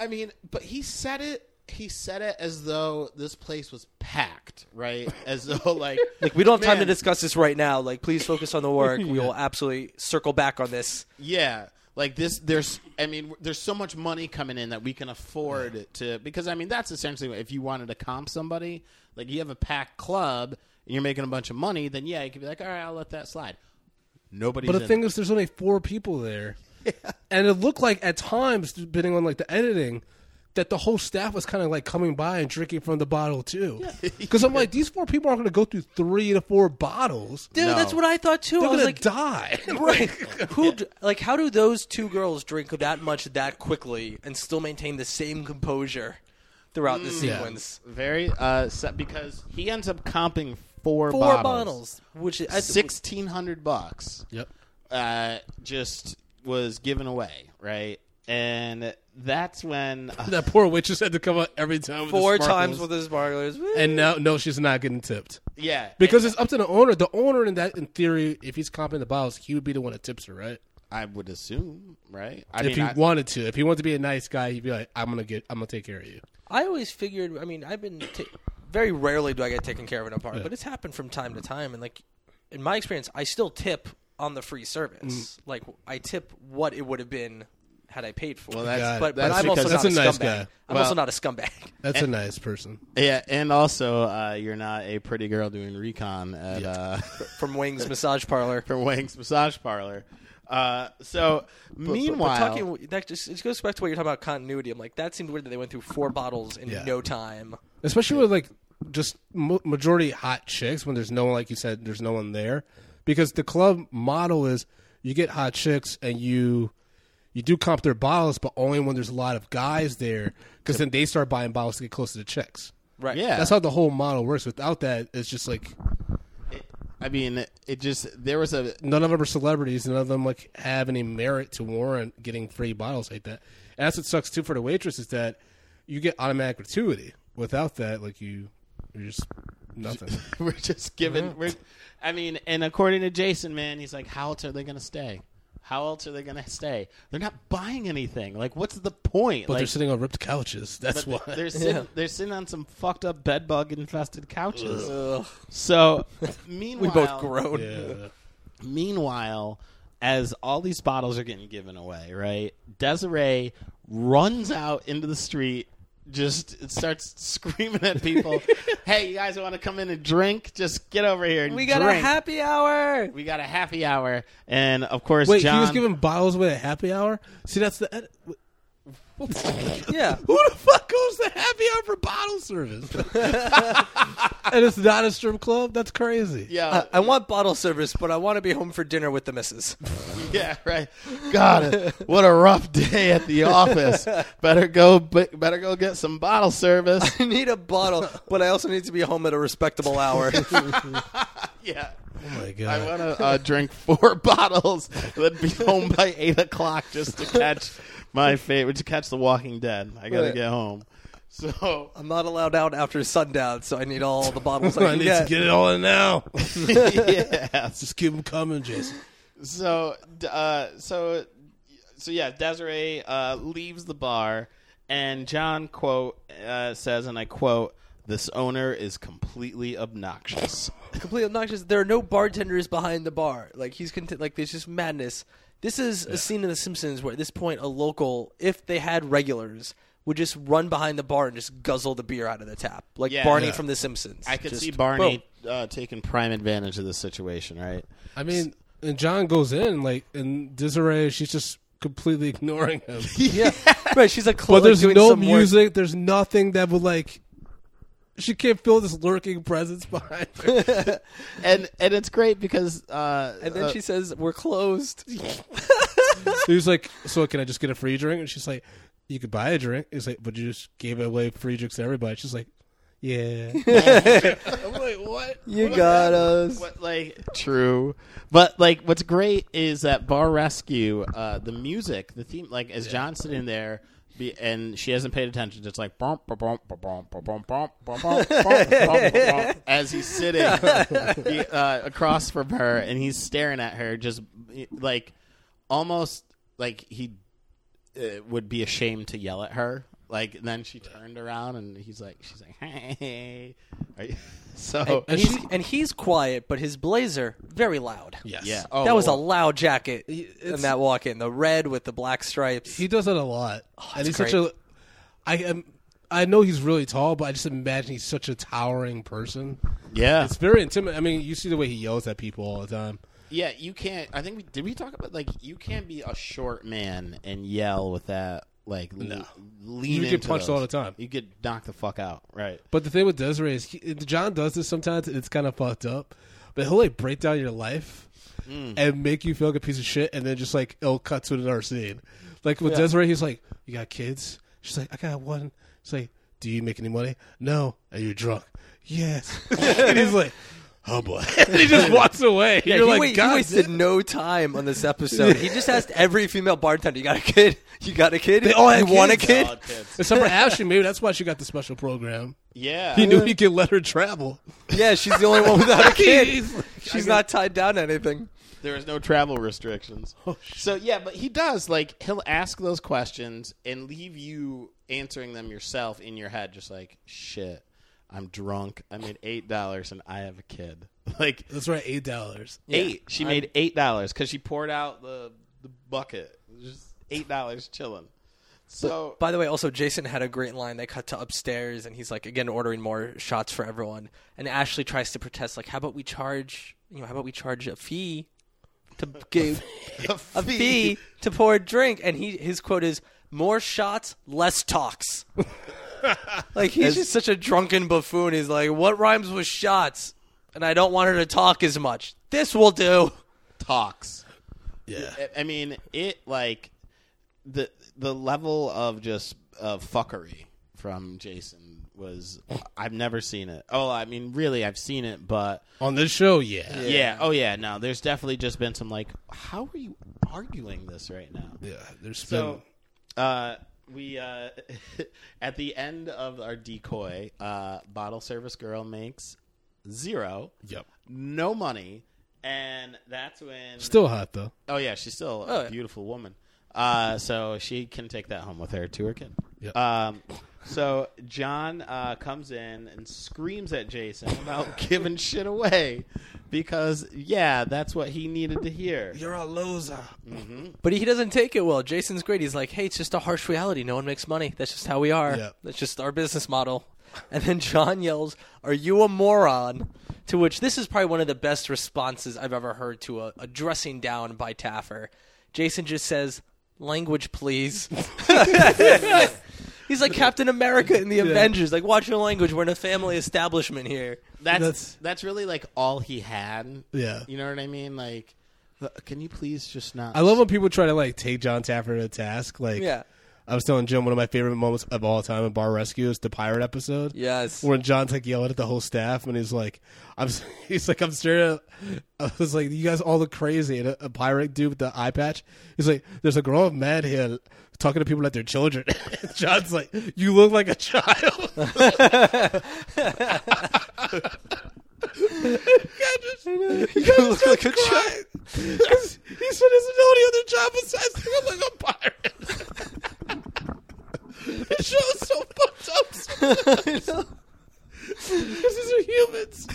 A: i mean but he said it he said it as though this place was packed right as though like
C: Like we don't have time
A: Man.
C: to discuss this right now. Like please focus on the work. We will absolutely circle back on this.
A: Yeah, like this. There's, I mean, there's so much money coming in that we can afford to because I mean that's essentially what- if you wanted to comp somebody, like you have a packed club and you're making a bunch of money, then yeah, you could be like, all right, I'll let that slide. Nobody's.
D: But the
A: in
D: thing is, there's only four people there, and it looked like at times, depending on like the editing, that the whole staff was kind of like coming by and drinking from the bottle too. Because I'm like, these four people aren't going to go through three to four bottles.
C: Dude,
A: No.
C: that's what I thought too.
D: They're
C: I was
D: going
C: like,
D: to die.
C: right? Who d- like how do those two girls drink that much that quickly and still maintain the same composure throughout the
D: Mm. Yeah.
C: sequence?
A: very uh set because he ends up comping four
C: Four bottles, which is
A: sixteen hundred bucks.
D: yep.
A: Uh, just was given away, right? And that's when uh,
D: That poor witch just had to come out every time. With the
C: four
D: sparkles.
C: times with the sparklers.
D: And now, no, she's not getting tipped
A: yeah
D: because it's up to the owner. The owner, in that, in theory, if he's comping the bottles, he would be the one that tips her, right?
A: I would assume, right? I
D: if he
A: I-
D: wanted to, if he wanted to be a nice guy, he'd be like, "I'm gonna get, I'm gonna take care of you."
C: I always figured. I mean, I've been ta- very rarely do I get taken care of in a bar, but it's happened from time to time. And like in my experience, I still tip on the free service. Like I tip what it would have been had I paid for. Well,
A: that's- Got it.
C: but,
A: that's
C: but I'm also
A: because-
D: that's
C: not
D: a nice
C: scumbag.
D: guy.
C: I'm also not a scumbag.
D: That's a nice person.
A: Yeah, and also uh, you're not a pretty girl doing recon at uh,
C: From Wing's massage parlor.
A: from Wang's massage parlor. Uh, so
C: But
A: meanwhile,
C: talking that just it goes back to what you're talking about continuity. I'm like that seemed weird that they went through four bottles in
D: Yeah.
C: no time.
D: especially with like just mo- majority hot chicks when there's no one like you said there's no one there because the club model is you get hot chicks and you you do comp their bottles but only when there's a lot of guys there because then they start buying bottles to get close to the chicks
C: Right.
A: yeah,
D: that's how the whole model works without that it's just like
A: I mean, it just there was a
D: none of them are celebrities none of them like have any merit to warrant getting free bottles like that and that's what sucks too for the waitress is that you get automatic gratuity without that like you you're just nothing
A: we're just given. We're, I mean, and according to Jason, man, he's like, how else are they gonna stay? How else are they gonna stay? They're not buying anything. Like, what's the point?
D: But
A: like,
D: they're sitting on ripped couches. That's
A: but
D: why.
A: they're sitting, they're sitting on some fucked up bed bug infested couches.
C: Ugh.
A: So
C: We
A: meanwhile,
C: both groaned.
D: Yeah.
A: Meanwhile, as all these bottles are getting given away, right? Desiree runs out into the street, just starts screaming at people, "Hey, you guys want to come in and drink? Just get over here and
C: We got a
A: drink."
C: happy hour.
A: we got a happy hour." And of course,
D: Wait,
A: John,
D: he was giving bottles away at happy hour. See, that's the. ed- Who
C: Yeah.
D: the fuck goes to happy hour for bottle service? and it's not a strip club. That's crazy.
A: yeah,
C: I- I want bottle service, but I want to be home for dinner with the missus.
A: yeah, right. God, what a rough day at the office. better go, better go get some bottle service.
C: I need a bottle, but I also need to be home at a respectable hour.
A: yeah.
D: Oh my
A: I
D: god.
A: want to uh, drink four bottles, then be home by eight o'clock just to catch my favorite to catch The Walking Dead. I gotta
C: Right.
A: get home. So
C: I'm not allowed out after sundown, so I need all the bottles I
D: I
C: can
D: need
C: get.
D: to get it all in now.
A: yeah,
D: just keep them coming, Jason.
A: so d- uh, so so yeah. Desiree uh, leaves the bar, and John quote uh, says, and I quote: "This owner is completely obnoxious."
C: Completely obnoxious. There are no bartenders behind the bar. Like he's cont- like there's just madness. This is a scene in The Simpsons where at this point a local, if they had regulars, would just run behind the bar and just guzzle the beer out of the tap, like
A: Yeah.
C: Barney
A: Yeah.
C: from The Simpsons.
A: I could
C: Just
A: see
C: boom.
A: Barney uh, taking prime advantage of this situation, right?
D: I mean, and John goes in like, and Desiree, she's just completely ignoring him.
C: Yeah, right. She's like,
D: But there's
C: doing
D: no
C: some work.
D: music. There's nothing that would like she can't feel this lurking presence behind her.
A: and and it's great because uh,
C: And then
A: uh,
C: she says, "We're closed."
D: He's like, so can I just get a free drink? And she's like, you could buy a drink. He's like, but you just gave away free drinks to everybody. She's like, yeah.
A: I'm like, what?
C: You
A: What
C: got
A: is-
C: us.
A: What, like true, but like what's great is that Bar Rescue, uh, the music, the theme, like as John's sitting there. Be, and she hasn't paid attention. It's like bump, ba, bump, ba, bump, ba, bump, bump, bump, bump, bump, bump, bump, as he's sitting he, uh, across from her, and he's staring at her, just like almost like he uh, would be ashamed to yell at her. Like and then she turned around, and he's like, she's like, hey, Are you- so
C: and, he's, and he's quiet, but his blazer very loud.
D: yes.
A: yeah. Oh,
C: that was a
A: Lord.
C: loud jacket in
D: it's-
C: that walk-in. The red with the black stripes.
D: He does that a lot. and he's
C: that's
D: such a. I am. I know he's really tall, but I just imagine he's such a towering person.
A: Yeah,
D: It's very intimate. I mean, you see the way he yells at people all the time.
A: yeah. You can't. I think we did. We talk about like you can't be a short man and yell with that. Like no. lean.
D: You get
A: into
D: punched
A: those.
D: all the time.
A: You get knocked the fuck out. Right.
D: But the thing with Desiree is, he, John does this sometimes, and it's kind of fucked up. But he'll like break down your life
C: Mm.
D: and make you feel like a piece of shit, and then just like it'll cut to another scene. Like with Desiree, he's like, "You got kids?" She's like, "I got one." She's like, "Do you make any money?" "No." "Are you drunk?" "Yes." and he's like, "Oh boy," and he just walks away.
C: Yeah,
D: You're
C: he,
D: like,
C: wa- he
D: "God."
C: wasted no time on this episode. He just asked every female bartender, "You got a kid? You got a kid? They
D: all had
C: you want a
D: kids.
C: kid?"
D: Except for Ashley, maybe that's why she got the special program.
A: Yeah.
D: He knew he could let her travel.
C: Yeah, she's the only one without a kid.
D: He's like,
C: She's not tied down to anything.
A: There is no travel restrictions.
D: Oh,
A: so yeah, but he does like he'll ask those questions and leave you answering them yourself in your head, just like shit. I'm drunk. I made eight dollars and I have a kid. Like
D: That's right, eight dollars.
A: eight. She made eight dollars because she poured out the the bucket. It was Just eight dollars chilling. So
C: By the way, also Jason had a great line. They cut to upstairs, and he's like again ordering more shots for everyone. And Ashley tries to protest, like, "How about we charge? You know, how about we charge a fee to give a fee to pour a drink?" And he his quote is, "More shots, less talks." like he's just such a drunken buffoon. He's like, "What rhymes with shots?" And I don't want her to talk as much. This will do.
A: talks.
D: Yeah.
A: I- I mean, it like the the level of just of fuckery from Jason was I've never seen it. Oh, I mean, really, I've seen it, but
D: On this show, yeah.
A: yeah. Oh yeah. No, there's definitely just been some like, how are you arguing this right now?
D: Yeah, there's been
A: So, uh, we uh, at the end of our decoy, uh, bottle service girl makes zero,
D: yep.
A: no money, and that's when
D: Still hot though.
A: Oh yeah, she's still
C: Oh,
A: a
C: yeah.
A: beautiful woman. Uh, so she can take that home with her to her kid.
D: Yep.
A: Um, so John uh, comes in and screams at Jason about giving shit away because yeah, that's what he needed to hear.
D: You're a loser.
C: But he doesn't take it well. Jason's great. He's like, hey, it's just a harsh reality. No one makes money. That's just how we are.
D: Yeah.
C: That's just our business model. And then John yells, Are you a moron? To which this is probably one of the best responses I've ever heard to a, a dressing down by Taffer. Jason just says, Language, please. He's like Captain America in the Avengers. Like, watch your language. We're in a family establishment here.
A: That's,
D: That's-
A: that's really like all he had.
D: Yeah.
A: you know what I mean. Like, th- can you please just not?
D: I love when people try to like take John Taffer to task. Like,
C: Yeah.
D: I was telling Jim one of my favorite moments of all time in Bar Rescue is the pirate episode.
C: Yes.
D: when John's like yelling at the whole staff, and he's like, "I'm," he's like, "I'm staring." At, I was like, "You guys all look crazy." And a, a pirate dude with the eye patch, he's like, "There's a grown man here talking to people like they're children." John's like, "You look like a child."
C: you look like a child.
D: he said, "There's no other job besides looking like a pirate." the show's so fucked up. Sometimes. Because these are humans.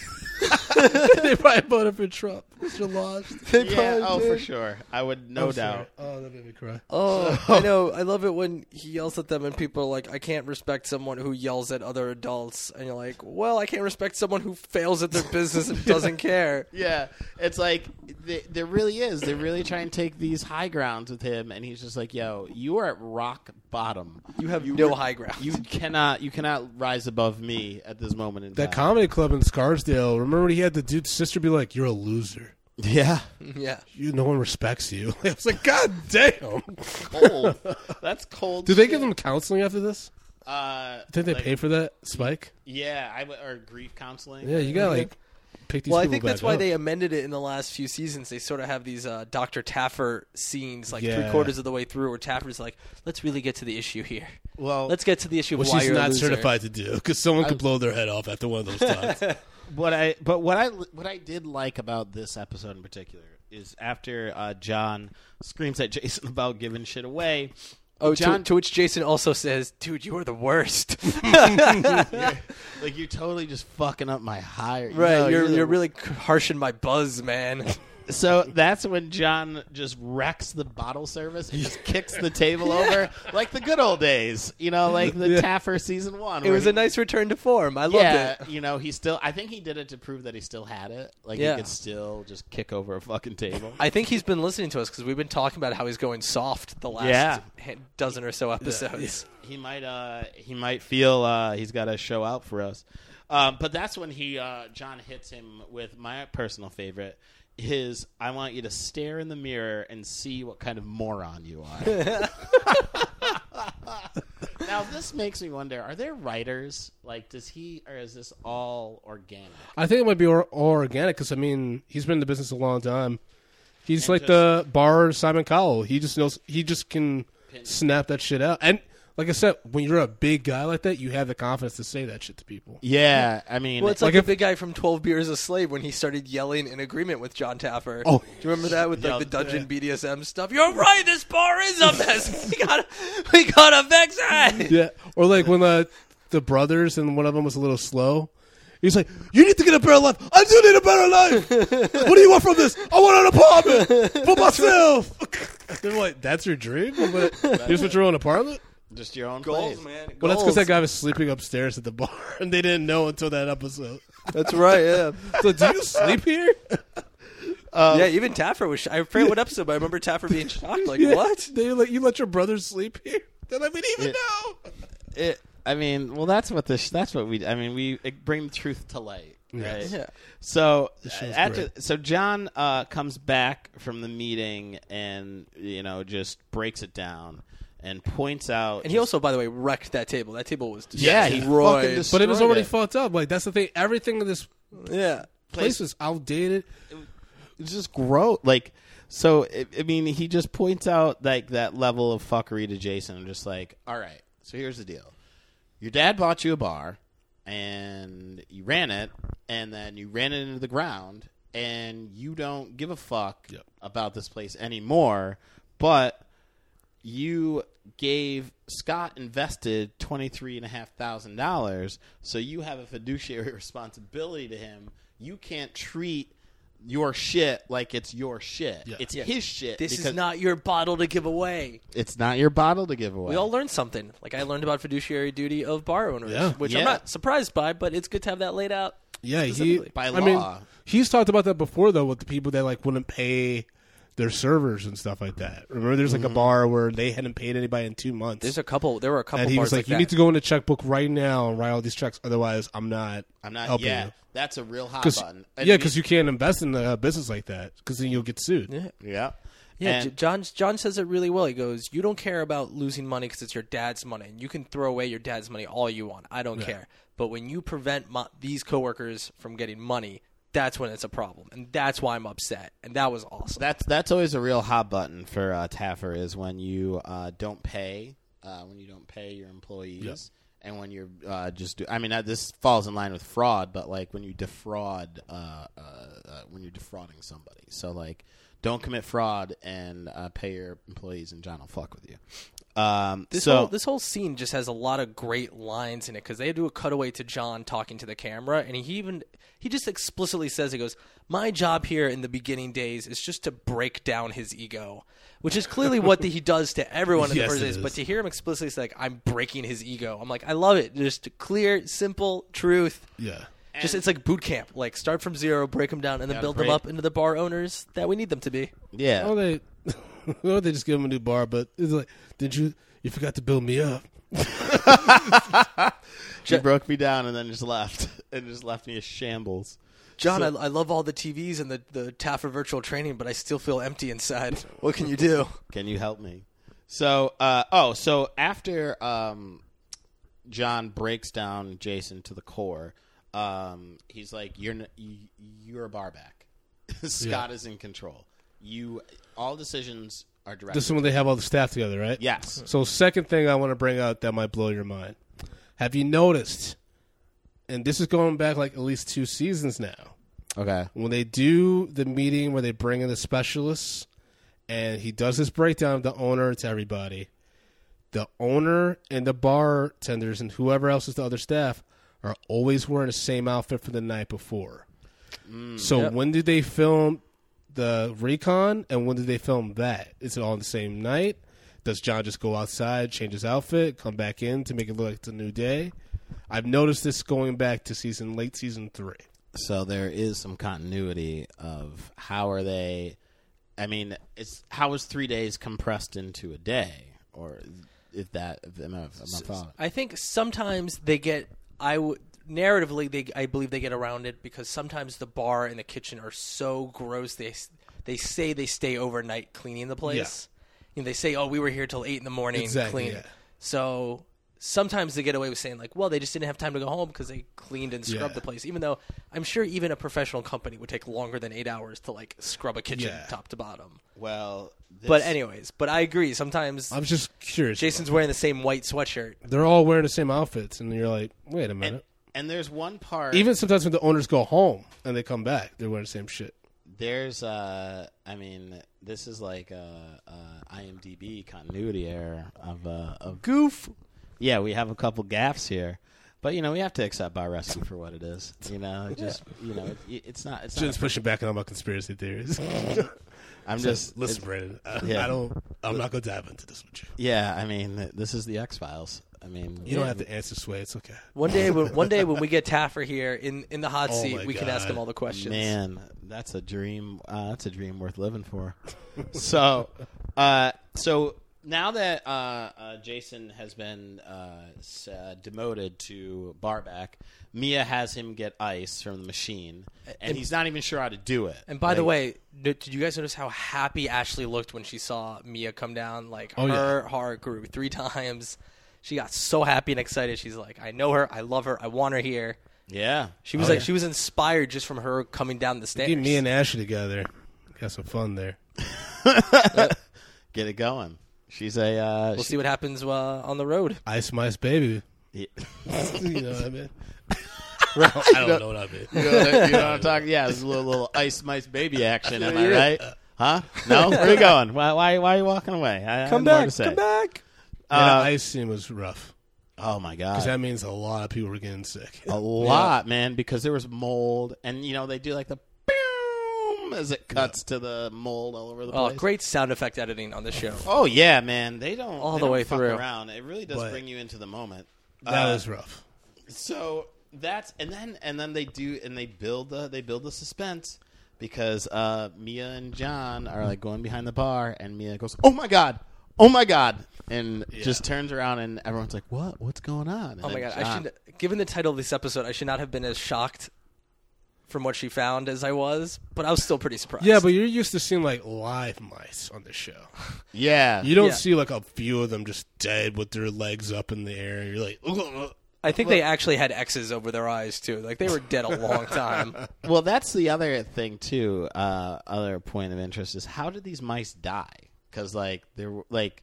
D: they probably voted for Trump, Mr. Lodge.
A: Yeah, oh, for sure. I would no doubt.
D: Oh, that made me cry.
C: Oh, I know. I love it when he yells at them and people are like, I can't respect someone who yells at other adults. And you're like, well, I can't respect someone who fails at their business and doesn't care.
A: Yeah, it's like th- there really is. They're really trying to take these high grounds with him, and he's just like, "Yo, you are at rock bottom.
C: You have no high ground.
A: You cannot, you cannot rise above me at this moment in
D: That
A: time."
D: comedy club in Scarsdale. Remember, when he had the dude's sister be like, "You're a loser.
A: yeah,
C: yeah.
D: You, no one respects you." I was like, "God damn!"
A: cold. That's cold.
D: Do they
A: shit.
D: give him counseling after this?
A: Uh,
D: Did they
A: like,
D: pay for that spike?
A: Yeah, I w- or grief counseling.
D: Yeah, you gotta like pick these.
C: Well, I
D: people
C: think
D: back
C: that's why
D: up.
C: they amended it in the last few seasons. They sort of have these uh, Dr. Taffer scenes, like
D: Yeah.
C: three quarters of the way through, where Taffer's like, let's really get to the issue here.
A: Well,
C: Let's get to the issue of
D: Which
C: why
D: she's
C: you're a
D: not
C: loser."
D: certified to do because someone could blow their head off after one of those times.
A: what I but what I what I did like about this episode in particular is after uh, John screams at Jason about giving shit away.
C: Oh,
A: John,
C: to, to which Jason also says, dude, you are the worst.
A: like you're totally just fucking up my hire.
C: right.
A: No,
C: you're,
A: the-
C: you're really harshing my buzz, man.
A: So that's when John just wrecks the bottle service and just kicks the table over like the good old days. You know, like the Taffer season one.
C: it
A: where
C: was
A: he-
C: a nice return to form. I loved
A: Yeah,
C: it.
A: you know, he still. I think he did it to prove that he still had it. Like
C: Yeah.
A: he could still just kick over a fucking table.
C: I think he's been listening to us because we've been talking about how he's going soft the last
A: Yeah.
C: ha- dozen or so episodes.
A: he might uh he might feel uh he's got to show out for us um but that's when he uh john hits him with my personal favorite his i want you to stare in the mirror and see what kind of moron you are now this makes me wonder are there writers like does he or is this all organic
D: I think it might be or, or organic because I mean he's been in the business a long time. He's like
A: just-
D: the bar Simon Cowell. He just knows. He just can snap that shit out. And like I said, when you're a big guy like that, you have the confidence to say that shit to people.
A: yeah i mean
C: Well, it's like,
D: Like
C: the big guy from Twelve Beers a Slave when he started yelling in agreement with John Taffer.
D: Oh.
C: do you remember that with like
A: Yeah.
C: the Dungeon BDSM stuff? You're right. This bar is a mess. we got we got a vex eye.
D: Yeah. Or like when the the brothers and one of them was a little slow. He's like, "You need to get a better life. I do need a better life. what do you want from this? I want an apartment for myself." They're like, "That's your dream? But here's what your own apartment."
A: just your own
C: Goals,
A: place.
C: man.
D: Well, that's because
C: Goals.
D: that guy was sleeping upstairs at the bar, and they didn't know until that episode.
C: That's right. Yeah.
D: So, do you sleep here?
C: yeah. Even Taffer was. Sh- I forget what episode, but I remember Taffer being shocked. Like
D: Yeah.
C: what?
D: They let you let your brother sleep here? They're like, we didn't even know.
A: it, I mean, well, that's what this. That's what we. I mean, we bring the truth to light, right?
C: Yeah.
A: So
D: show's
A: after, so John uh, comes back from the meeting and you know just breaks it down and points out.
C: And he also, by the way, wrecked that table. That table was
A: yeah, he fucking
C: destroyed.
A: destroyed
D: But it was already
A: it.
D: fucked up. Like that's the thing. Everything in this
C: yeah.
D: place is outdated.
A: it's just gross. Like, so I I mean, he just points out like that level of fuckery to Jason. I'm just like, all right. So here's the deal: your dad bought you a bar, and you ran it, and then you ran it into the ground, and you don't give a fuck about this place anymore. But you gave Scott invested twenty three and a half thousand dollars, so you have a fiduciary responsibility to him. You can't treat your shit like it's your shit. It's his shit.
C: This
A: because
C: is not your bottle to give away.
A: It's not your bottle to give away.
C: We all learned something. Like I learned about fiduciary duty of bar owners,
D: Yeah.
C: which
A: Yeah.
C: I'm not surprised by, but it's good to have that laid out.
D: Yeah, he
C: Specifically.
A: By
D: I mean,
A: law.
D: he's talked about that before though with the people that like wouldn't pay their servers and stuff like that. Remember, there's like a bar where they hadn't paid anybody in two months.
C: There's a couple. There were a couple.
D: and he
C: bars
D: was like, "You
C: that.
D: need to go in the checkbook right now and write all these checks, otherwise, I'm not.
A: I'm not.
D: helping
A: Yeah,
D: you."
A: that's a real hot
D: Cause,
A: button. I
D: yeah,
A: mean-
D: because you can't invest in a business like that because then you'll get sued.
A: Yeah.
C: Yeah,
A: And-
C: J- John. John says it really well. He goes, "You don't care about losing money because it's your dad's money, and you can throw away your dad's money all you want. I don't care. But when you prevent my, these coworkers from getting money, that's when it's a problem, and that's why I'm upset. And that was awesome.
A: That's that's always a real hot button for uh, Taffer is when you uh, don't pay uh, when you don't pay your employees and when you're uh, just do. I mean, uh, this falls in line with fraud, but like when you defraud uh, uh, uh, when you're defrauding somebody. So like, don't commit fraud and uh, pay your employees, and John will fuck with you. Um,
C: This
A: so
C: whole this whole scene just has a lot of great lines in it because they do a cutaway to John talking to the camera, and he even he just explicitly says he goes, "My job here in the beginning days is just to break down his ego," which is clearly what the, he does to everyone in
D: Yes,
C: the first
D: it
C: days.
D: is.
C: But to hear him explicitly say like, "I'm breaking his ego," I'm like, I love it. Just clear, simple truth.
D: Yeah.
C: Just it's like boot camp. Like start from zero, break them down, and then build them
A: break-
C: up into the bar owners that we need them to be.
A: yeah,
D: Oh, they, oh, they just give him a new bar, but it's like, did you, you forgot to build me up.
A: she broke me down and then just left and just left me a shambles.
C: John, I, I love all the TVs and the, the Taffer virtual training, but I still feel empty inside. What can you do?
A: Can you help me? So, uh, oh, so after um, John breaks down Jason to the core, um, he's like, "You're n- you, you're a bar back. Scott is in control. You all decisions are directed."
D: This is when they have all the staff together, right?
A: yes.
D: So, second thing I want to bring out that might blow your mind. Have you noticed? And this is going back like at least two seasons now.
A: Okay.
D: When they do the meeting where they bring in the specialists and he does this breakdown of the owner to everybody, the owner and the bartenders and whoever else is the other staff are always wearing the same outfit from the night before. so, when did they film the recon and when did they film that? Is it all on the same night? Does John just go outside, change his outfit, come back in to make it look like it's a new day? I've noticed this going back to season late season three.
A: So there is some continuity of how are they? I mean, it's how is three days compressed into a day, or if that? If, am I, am I following?
C: I think sometimes they get I w- narratively they I believe they get around it because sometimes the bar and the kitchen are so gross they s- they say they stay overnight cleaning the place. You know, they say, "Oh, we were here till eight in the morning
D: Exactly,
C: cleaning."
D: yeah.
C: So sometimes they get away with saying like, "Well, they just didn't have time to go home because they cleaned and scrubbed
D: Yeah.
C: the place." Even though I'm sure even a professional company would take longer than eight hours to like scrub a kitchen
D: Yeah.
C: top to bottom.
A: Well, this,
C: But anyways, but I agree. Sometimes
D: I'm just curious.
C: Jason's wearing the same white sweatshirt.
D: they're all wearing the same outfits, and you're like, wait a minute.
A: and there's one part.
D: Even sometimes when the owners go home and they come back, they're wearing the same shit.
A: there's uh i mean this is like a, a imdb continuity error of uh of goof yeah we have a couple gaffes here but you know we have to accept bar rescue for what it is you know it just you know it, it's not it's
D: Just
A: not
D: pushing back on all my conspiracy theories.
A: i'm just
D: Listen,
A: it-
D: Brandon,
A: yeah.
D: I don't. I'm not gonna dive into this with you.
A: yeah i mean this is the x-files i mean
D: You don't have to answer, Sway. It's okay.
C: One day, when, one day when we get Taffer here in, in the hot
D: Oh
C: seat,
D: my
C: we can ask
D: God.
C: him all the questions.
A: Man, that's a dream. Uh, that's a dream worth living for. so, uh, so now that uh, uh, Jason has been uh, s- uh, demoted to barback, Mia has him get ice from the machine, and, he's not even sure how to do it.
C: And by the way, did did you guys notice how happy Ashley looked when she saw Mia come down? Like
D: Oh, yeah.
C: her heart grew three times. She got so happy and excited. She's like, "I know her. I love her. I want her here."
A: yeah,
C: She was like, she was inspired just from her coming down the stairs.
D: Get Oh, me and Ashley together. Got some fun there.
A: get it going. She's a uh,
C: we'll
A: she-
C: see what happens uh, on the road.
D: Ice mice baby. You know what I mean? I don't know what I mean.
A: you, know, what- you know what I'm talking? Yeah, it's a little, little ice mice baby action. Am I right? Huh? No, where are you going? Why? Why? Why are you walking away? I, I have
C: Come
A: more to
C: back,
A: say. Uh,
C: come back.
D: Yeah, the ice scene was rough.
A: Oh my god!
D: 'Cause That means a lot of people were getting sick.
A: a lot, man, because there was mold, and you know they do like the boom as it cuts to the mold all over the
C: Oh,
A: place.
C: great sound effect editing on this show.
A: Oh yeah, man, they don't
C: All
A: they
C: the
A: don't
C: way
A: fuck
C: through.
A: around. It really does
D: But-
A: bring you into the moment.
D: That
A: Uh,
D: was rough.
A: so that's and then and then they do and they build the they build the suspense because uh, Mia and John are like going behind the bar, and Mia goes, "Oh my god." Oh my god! And just turns around, and everyone's like, "What? What's going on?"
C: Oh my god! I should, given the title of this episode, I should not have been as shocked from what she found as I was, but I was still pretty surprised.
D: Yeah, but you're used to seeing like live mice on this show.
A: Yeah,
D: You don't
C: Yeah.
D: see like a few of them just dead with their legs up in the air. You're like,
C: I think they actually had X's over their eyes too. Like they were dead a long time.
A: Well, that's the other thing too. Uh, other point of interest is how did these mice die? Because like there were like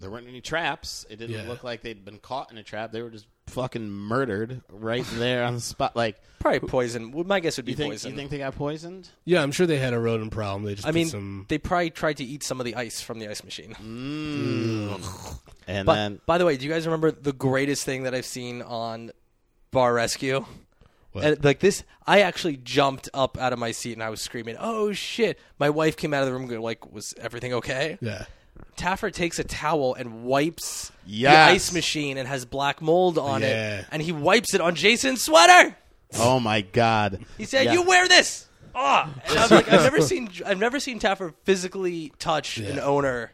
A: there weren't any traps. It didn't
D: Yeah.
A: look like they'd been caught in a trap. They were just fucking murdered right there on the spot. Like,
C: Probably poison. Well, My guess would be
A: you think
C: poison.
A: you think they got poisoned?
D: Yeah, I'm sure they had a rodent problem. They just
C: I
D: put
C: mean,
D: some.
C: they probably tried to eat some of the ice from the ice machine.
A: Mm, And
C: But
A: then
C: by the way, do you guys remember the greatest thing that I've seen on Bar Rescue? And, like this, I actually jumped up out of my seat and I was screaming, "Oh shit!" My wife came out of the room, going, "Like, was everything okay?"
D: yeah.
C: Taffer takes a towel and wipes the
A: Yes.
C: ice machine and has black mold on
D: Yeah.
C: it, and he wipes it on Jason's sweater.
A: oh my god,
C: He said,
A: Yeah.
C: "You wear this." Ah, And I'm like, I've never seen I've never seen Taffer physically touch an owner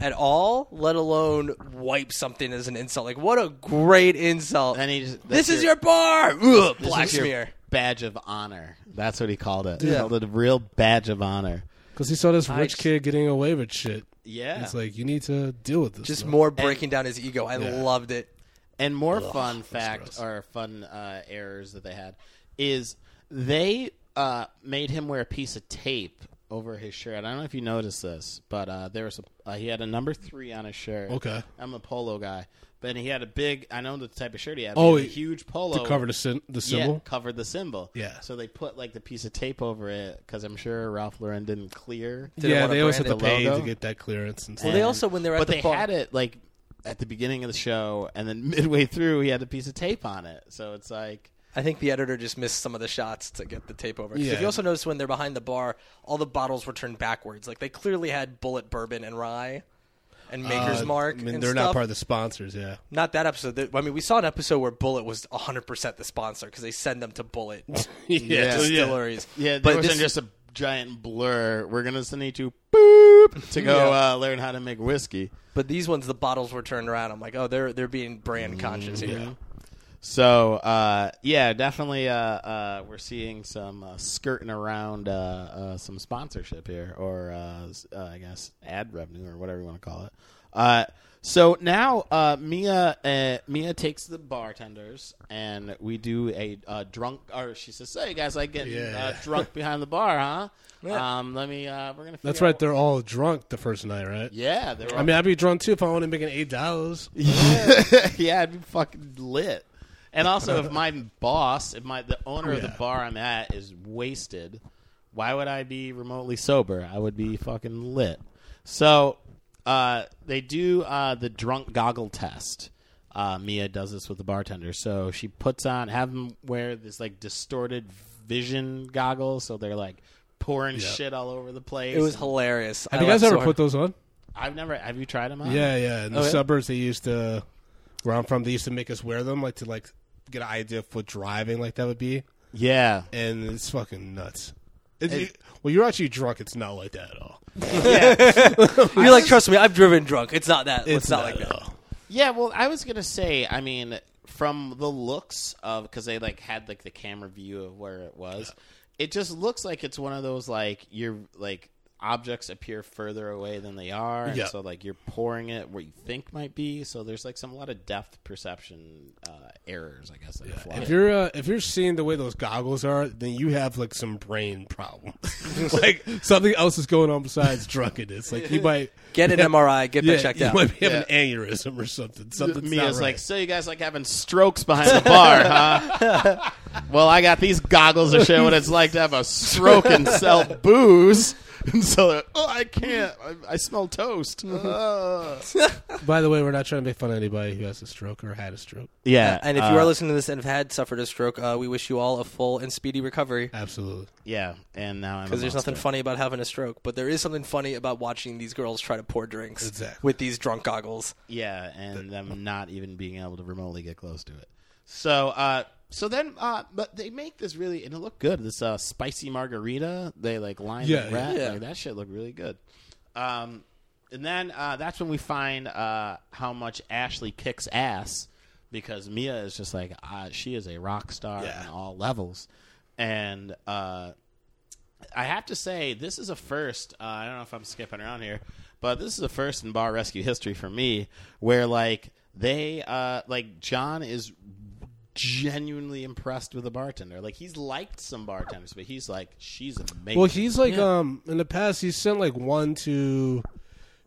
C: at all, let alone wipe something as an insult. Like, what a great insult!
A: And he just-
C: this
A: that's
C: is
A: your-
C: your bar, Ugh,
A: This
C: black
A: is your
C: smear.
A: badge of honor. That's what he called it. He called it a real badge of honor.
D: Because he saw this rich
C: just-
D: kid getting away with shit.
A: Yeah.
D: It's like, you need to deal with this.
C: Just
D: stuff.
C: more breaking down his ego. I loved it.
A: And more fun fact or fun uh, errors that they had is they uh, made him wear a piece of tape over his shirt. I don't know if you noticed this, but uh, there was a, uh, he had a number three on his shirt.
D: Okay.
A: I'm a polo guy, but he had a big. I know the type of shirt he had.
D: Oh,
A: Oh, a
D: it-
A: huge polo
D: To cover the, syn- the
A: Yeah,
D: symbol?
A: covered the symbol.
D: Yeah.
A: So they put like the piece of tape over it because I'm sure Ralph Lauren didn't clear.
C: Didn't
D: yeah,
C: wanna
D: they always have
C: brand
D: to
A: it.
D: pay
A: Logo.
D: to get that clearance and
C: Well,
D: stuff.
C: they
A: And-
C: also when they're at
A: but
C: the
A: they
C: bar,
A: had it like at the beginning of the show, and then midway through, he had a piece of tape on it. So it's like,
C: I think the editor just missed some of the shots to get the tape over. 'Cause
D: Yeah.
C: If you also notice when they're behind the bar, all the bottles were turned backwards. Like they clearly had bullet bourbon and rye. And Maker's
D: Uh,
C: Mark.
D: I mean,
C: and
D: they're not
C: stuff.
D: part of the sponsors, yeah.
C: Not that episode. That- I mean, we saw an episode where Bullet was 100% the sponsor because they send them to Bullet
D: yeah.
C: distilleries.
A: yeah, there
C: but
A: wasn't
C: this,
A: just a giant blur. We're gonna send you to boop to go uh, learn how to make whiskey.
C: but these ones, the bottles were turned around. I'm like, oh, they're they're being brand conscious here.
D: Mm-hmm.
A: So uh, yeah, definitely, uh, uh, we're seeing some uh, skirting around uh, uh, some sponsorship here, or uh, s- uh, I guess ad revenue, or whatever you want to call it. Uh, so now uh, Mia uh, Mia takes the bartenders, and we do a uh, drunk. Or she says, "Hey guys, I get
D: Yeah.
A: uh, drunk behind the bar, huh?
C: Yeah.
A: Um, let me. Uh, we're gonna.
D: That's
A: figure
D: right.
A: out-
D: They're all drunk the first night, right?
A: Yeah, they're
D: I mean, I'd be drunk too if I wanted to make an eight dollars.
A: yeah, I'd be fucking lit. And also, if my boss, if my the owner of the
D: Yeah.
A: bar I'm at is wasted, why would I be remotely sober? I would be fucking lit. So uh, they do uh, the drunk goggle test. Uh, Mia does this with the bartender. So she puts on, have them wear this like distorted vision goggles, so they're like pouring shit all over the place.
C: It was hilarious.
D: Have you guys ever put those on?
A: I've never. Have you tried them on?
D: Yeah, yeah. In the
C: yeah?
D: suburbs, they used to, where I'm from, they used to make us wear them, like to like get an idea of what driving like that would be,
A: Yeah.
D: and it's fucking nuts. It's, well, you're actually drunk. It's not like that at all.
C: You're like, trust me, I've driven drunk. It's not that. It's, not, like
D: at
C: that.
D: all.
A: Yeah, well, I was gonna say, I mean, from the looks of, because they like had like the camera view of where it was, it just looks like it's one of those like you're like objects appear further away than they are, and
D: Yeah.
A: so like you're pouring it where you think might be. So there's like some a lot of depth perception uh, errors, I guess. That fly.
D: If you're uh, if you're seeing the way those goggles are, then you have like some brain problem. like something else is going on besides drunkenness. Like you might
C: Get an MRI, get that checked
D: you
C: out.
D: might be having an aneurysm or something. Something's not
A: Mia's
D: right.
A: like, so you guys like having strokes behind the bar, huh? well, I got these goggles to show what it's like to have a stroke and sell booze. And so, they're, oh, I can't. I, I smell toast. Uh."
D: By the way, we're not trying to make fun of anybody who has a stroke or had a stroke.
A: yeah,
C: And if
A: uh,
C: you are listening to this and have had suffered a stroke, uh, we wish you all a full and speedy recovery.
D: Absolutely.
A: yeah, and now I'm a
C: Because there's
A: monster.
C: nothing funny about having a stroke, but there is something funny about watching these girls try to pour drinks
D: Exactly.
C: with these drunk goggles.
A: Yeah, and them not even being able to remotely get close to it. So, uh, so then, uh, but they make this really, and it looked good. This uh, spicy margarita, they like lined
D: Yeah,
A: the rat.
C: yeah.
A: Like, that shit looked really good. Um, and then uh, that's when we find uh, how much Ashley kicks ass because Mia is just like uh, she is a rock star
D: Yeah.
A: on all levels, and uh, I have to say, this is a first. Uh, I don't know if I'm skipping around here, but this is a first in bar rescue history for me, where like they, uh, like John is genuinely impressed with a bartender. Like he's liked some bartenders, but he's like, she's amazing.
D: Well, he's like um in the past he's sent like one to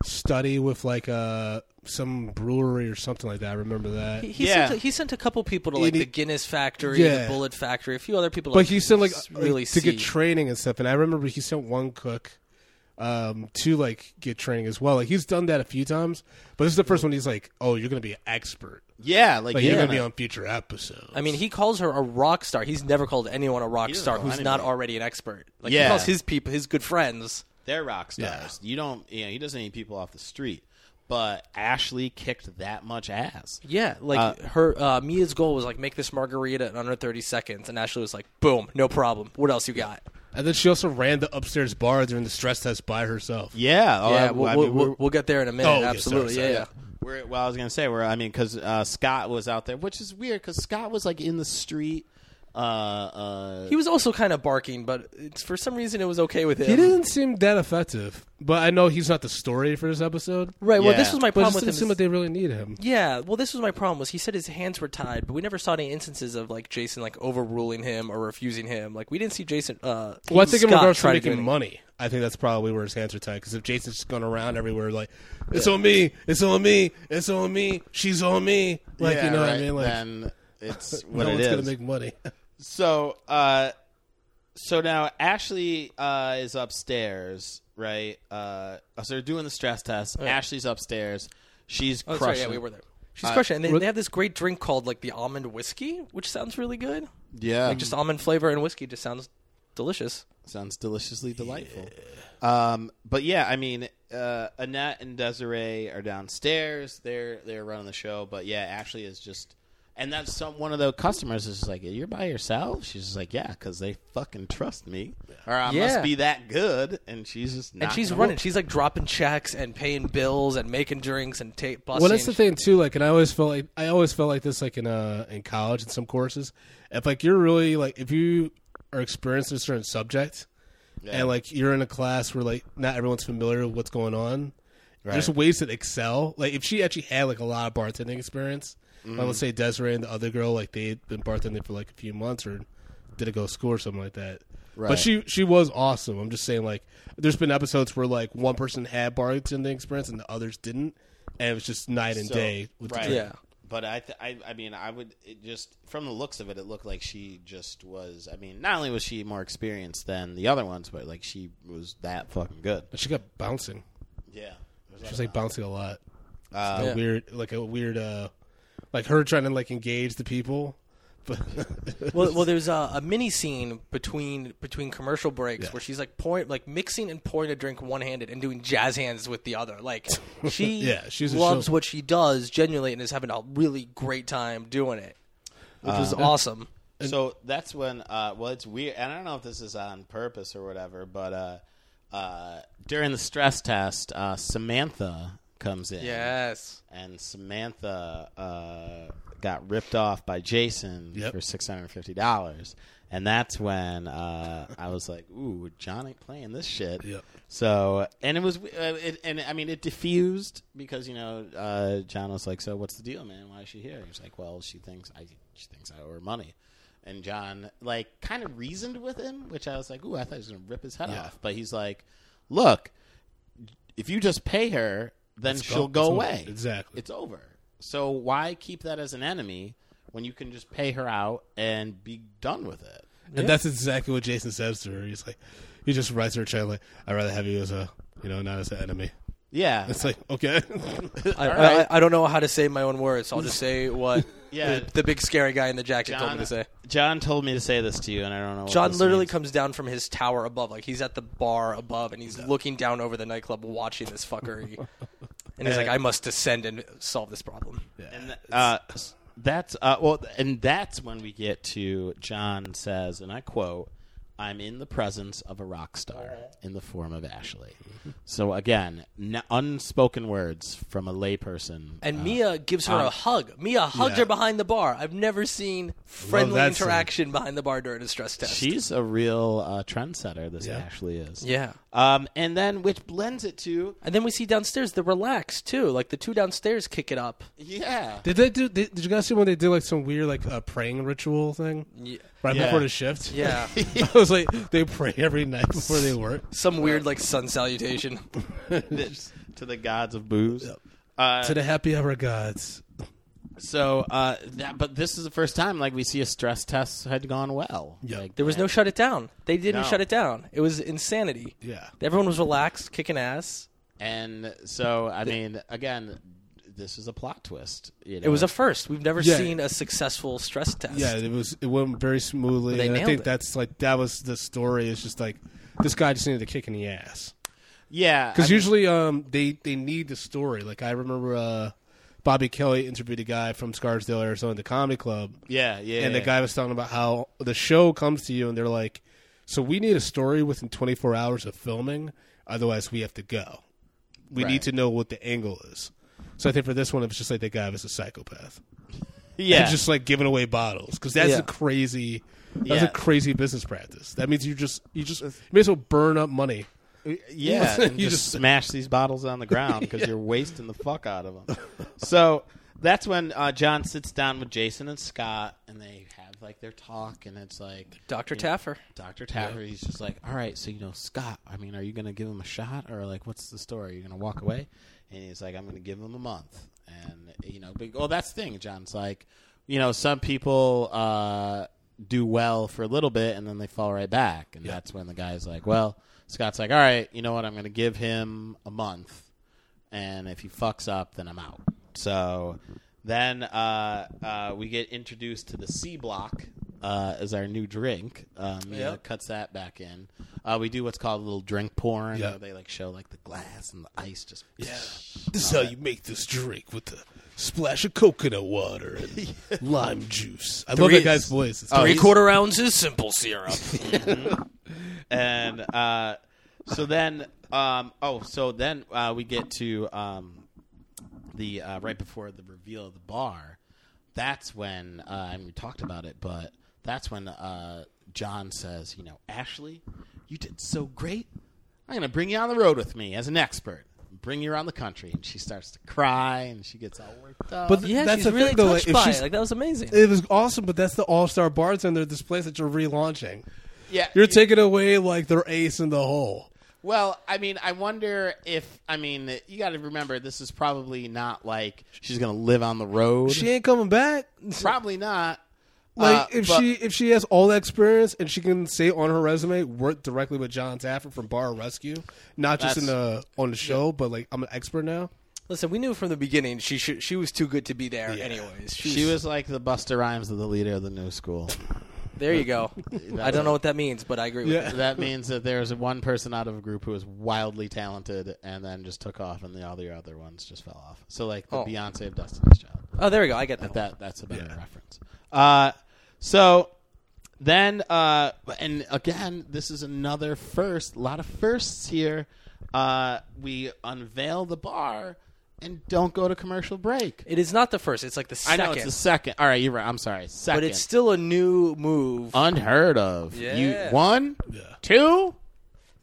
D: study with like uh some brewery or something like that. I remember that.
C: He, he
A: Yeah.
C: sent a, he sent a couple people to
D: And
C: like
D: he-
C: the Guinness factory,
D: Yeah.
C: the Bullet factory, a few other people. to,
D: but he sent like
C: s-
D: really
C: really
D: to get
C: see.
D: training and stuff. And I remember he sent one cook um, to like get training as well. Like he's done that a few times, but this is the first one. He's like, "Oh, you're gonna be an expert.
A: Yeah, like,
D: Like
A: yeah.
D: you're gonna be on future episodes."
C: I mean, he calls her a rock star. He's never called anyone a rock
A: doesn't
C: star
A: call
C: who's not
A: anybody.
C: already an expert. Like
A: Yeah.
C: he calls his people, his good friends.
A: They're rock
D: Yeah.
A: stars. You don't. You know, he doesn't need people off the street. But Ashley kicked that much ass.
C: Yeah, like her uh, Mia's goal was like make this margarita in under thirty seconds, and Ashley was like, "Boom, no problem. What else you got?"
D: and then she also ran the upstairs bar during the stress test by herself.
A: Yeah. oh,
C: yeah,
A: I-
C: we'll,
A: I
C: we'll,
A: mean,
C: we'll,
A: we're-
C: we'll get there in a minute.
D: Oh, okay,
C: Absolutely,
D: sorry, sorry,
C: yeah.
A: Where, well, I was gonna say where I mean, because uh, Scott was out there, which is weird because Scott was like in the street. Uh, uh,
C: He was also kind of barking, but it's, for some reason it was okay with him.
D: He didn't seem that effective, but I know he's not the story for this episode.
C: Right. Well,
A: Yeah.
C: this was my
D: But I
C: problem
D: just
C: with
D: didn't
C: him.
D: seem
C: is-
D: like they really need him.
C: Yeah, well, this was my problem. Was he said his hands were tied, but we never saw any instances of like Jason like overruling him or refusing him. Like we didn't see Jason. Uh,
D: Well, I think
C: Scott
D: in regards to
C: try do
D: making
C: anything.
D: money, I think that's probably where his hands are tied. Because if Jason's just going around everywhere, like it's on me, it's on me, it's on me, she's on me, like
A: yeah,
D: you know what I
A: right,
D: mean, like
A: then it's
D: no
A: what it
D: one's
A: is.
D: gonna make money.
A: So, uh, so now Ashley uh, is upstairs, right? Uh, so they're doing the stress test. Ashley's upstairs. She's
C: Oh,
A: crushing.
C: sorry, yeah, we were there.
D: Uh,
C: She's crushing, it. and they, they have this great drink called like the almond whiskey, which sounds really good.
A: Yeah,
C: Just almond flavor and whiskey just sounds delicious.
A: sounds deliciously delightful. Um, but yeah, I mean, uh, Annette and Desiree are downstairs. They're they're running the show. But yeah, Ashley is just, and that's some one of the customers is just like, "You're by yourself." She's just like, "Yeah, because they fucking trust me, or I
C: Yeah.
A: must be that good." And she's just
C: And she's
A: knocking
C: running. She's like dropping checks and paying bills and making drinks and tape busting.
D: well, that's the thing too. Like, and I always felt like I always felt like this, like in uh in college in some courses. If like you're really like if you are experienced in a certain subject, and like you're in a class where like not everyone's familiar with what's going on, there's ways to excel. Like if she actually had like a lot of bartending experience, like
A: Mm.
D: let's say Desiree and the other girl, like they'd been bartending for like a few months or did a go to school or something like that.
A: Right.
D: But she she was awesome. I'm just saying like there's been episodes where like one person had bartending experience and the others didn't, and it was just night and
A: So-
D: day. With the drink.
C: Yeah.
A: But I, th- I, I mean, I would it just from the looks of it, it looked like she just was. I mean, not only was she more experienced than the other ones, but like she was that fucking good.
D: But she got bouncing.
A: Yeah. There's
D: She was like bouncing a lot.
A: Uh,
D: a
C: Yeah.
D: weird like a weird uh like her trying to like engage the people. But
C: well, well, there's a, a mini scene between between commercial breaks where she's like point like mixing and pouring a drink one handed and doing jazz hands with the other. Like she
D: Yeah, she's a
C: loves
D: showstopper.
C: what she does genuinely and is having a really great time doing it, which is
D: Uh,
C: awesome.
A: so that's when uh well it's weird and i don't know if this is on purpose or whatever but uh uh during the stress test uh samantha comes in
C: Yes.
A: and samantha uh got ripped off by jason
D: Yep.
A: for $650 and that's when uh, I was like, "Ooh, John ain't playing this shit."
D: Yep.
A: So, and it was, uh, it, and I mean, it diffused because you know uh, John was like, "So what's the deal, man? Why is she here?" He was like, "Well, she thinks I, she thinks I owe her money," and John like kind of reasoned with him, which I was like, "Ooh, I thought he was gonna rip his head off," but he's like, "Look, if you just pay her, then she'll go,
D: It's over.
A: away.
D: Exactly.
A: it's over. So why keep that as an enemy when you can just pay her out and be done with it?"
D: And that's exactly what Jason says to her. He's like, he just writes her a check like, I'd rather have you as a, you know, not as an enemy.
A: Yeah,
D: It's like, okay.
C: I,
A: right.
C: I, I don't know how to say my own words, so I'll just say what
A: Yeah.
C: the, the big scary guy in the jacket told me to say.
A: John told me to say this to you, and I don't know. What
C: John
A: this
C: literally
A: means.
C: comes down from his tower above. Like he's at the bar above and he's looking down over the nightclub watching this fuckery. and he's like, I must descend and solve this problem.
A: and th- uh, s- that's uh, well, th- and that's when we get to John says, and I quote, "I'm in the presence of a rock star in the form of Ashley." so again, n- unspoken words from a layperson.
C: And Mia gives her a hug. Mia hugged
D: yeah.
C: her behind the bar. I've never seen friendly
D: that scene.
C: interaction behind the bar during a stress test.
A: She's a real uh, trendsetter. This Ashley is.
C: yeah.
A: Um, and then which blends it to
C: And then we see downstairs the relax too. Like the two downstairs kick it up.
A: yeah.
D: did they do, did, did you guys see when they did like some weird like uh, praying ritual thing? Right
A: Yeah.
D: before the shift?
C: Yeah.
D: I was like, they pray every night before they work.
C: Some weird like sun salutation.
A: to the gods of booze. Uh,
D: to the happy hour gods.
A: so, uh, that, but this is the first time like we see a stress test had gone well.
D: Yeah.
A: Like,
C: There was no shut it down. They didn't
A: No.
C: shut it down. It was insanity.
D: Yeah.
C: Everyone was relaxed, kicking ass.
A: and so I mean, again, this is a plot twist. You know?
C: It was a first. We've never
D: Yeah.
C: seen a successful stress test.
D: Yeah, it was it went very smoothly.
C: But they
D: and I
C: nailed
D: think
C: it.
D: that's like that was the story. It's just like this guy just needed a kick in the ass.
A: yeah.
D: Because
A: I mean,
D: usually um, they they need the story. Like I remember uh, Bobby Kelly interviewed a guy from Scarsdale, Arizona, at the comedy club,
A: yeah, yeah,
D: and the
A: yeah.
D: guy was talking about how the show comes to you, and they're like, "So we need a story within 24 hours of filming, otherwise we have to go. We
A: Right.
D: need to know what the angle is." So I think for this one, it was just like the guy was a psychopath.
A: yeah,
D: And just like giving away bottles because that's
C: Yeah.
D: a crazy, that's
A: Yeah.
D: a crazy business practice. That means you just you just you may as well burn up money.
A: Yeah, and
D: You
A: just,
D: just-
A: smash these bottles on the ground because you're wasting the fuck out of them. so that's when uh, John sits down with Jason and Scott, and they have like their talk, and it's like
C: Dr.
A: you know,
C: Taffer.
A: Dr. Taffer, he's just like, all right, so you know, Scott, I mean, are you going to give him a shot or like, what's the story? You're going to walk away? And he's like, I'm going to give him a month. And, you know, but, well, that's the thing. John's like, you know, some people uh, do well for a little bit and then they fall right back. And that's when the guy's like, well, Scott's like, all right, you know what? I'm going to give him a month and if he fucks up, then I'm out. So then uh, uh, we get introduced to the C block uh, as our new drink. Um, yeah,
C: Yep.
A: cuts that back in. Uh, we do what's called a little drink porn.
D: Yeah.
A: Where they like show like the glass and the ice just. Yeah.
D: This is how you make this drink with a splash of coconut water and lime juice. I love
A: Three-
D: that guy's voice. It's
A: Oh,
D: great.
C: Three
A: he's-
C: quarter ounces, simple syrup.
A: and uh, so then, um, oh, so then uh, we get to um, the uh, right before the reveal of the bar. That's when uh, I mean, we talked about it, but that's when uh, John says, "You know, Ashley, you did so great. I'm gonna bring you on the road with me as an expert. Bring you around the country." And she starts to cry, and she gets all worked up.
D: But
C: yeah, she's
D: that's the
C: really
D: thing, though,
C: touched
D: like, if
C: by
D: she's-
C: it. Like, that was amazing.
D: It was awesome, but that's the all star bartender displays that you're relaunching.
A: yeah,
D: You're
A: you-
D: taking away like their ace in the hole.
A: Well, I mean, I wonder if I mean you got to remember this is probably not like she's gonna live on the road.
D: She ain't coming back.
A: probably not.
D: Like
A: Uh,
D: if
A: but-
D: she if she has all that experience and she can say on her resume, worked directly with John Taffer from Bar Rescue, not just in the on the show, but like I'm an expert now.
C: Listen, we knew from the beginning she should, she was too good to be there. Anyways, she,
A: she was like the Buster Rhymes of the leader of the new school.
C: There you go. I don't know what that means, but I agree with
D: Yeah.
C: it.
A: that means that there's one person out of a group who was wildly talented and then just took off, and the all the other ones just fell off. So like the
C: Oh.
A: Beyonce of Destiny's Child.
C: Oh, there we go. I get that.
A: That, that that's a better reference. Uh, so then, uh, and again, this is another first. A lot of firsts here. Uh, we unveil the bar and don't go to commercial break.
C: It is not the first. It's like
A: I
C: the second.
A: know it's the second. All right, you're right. I'm sorry. Second,
C: but it's still a new move.
A: unheard of. You
C: Yeah.
A: one, two,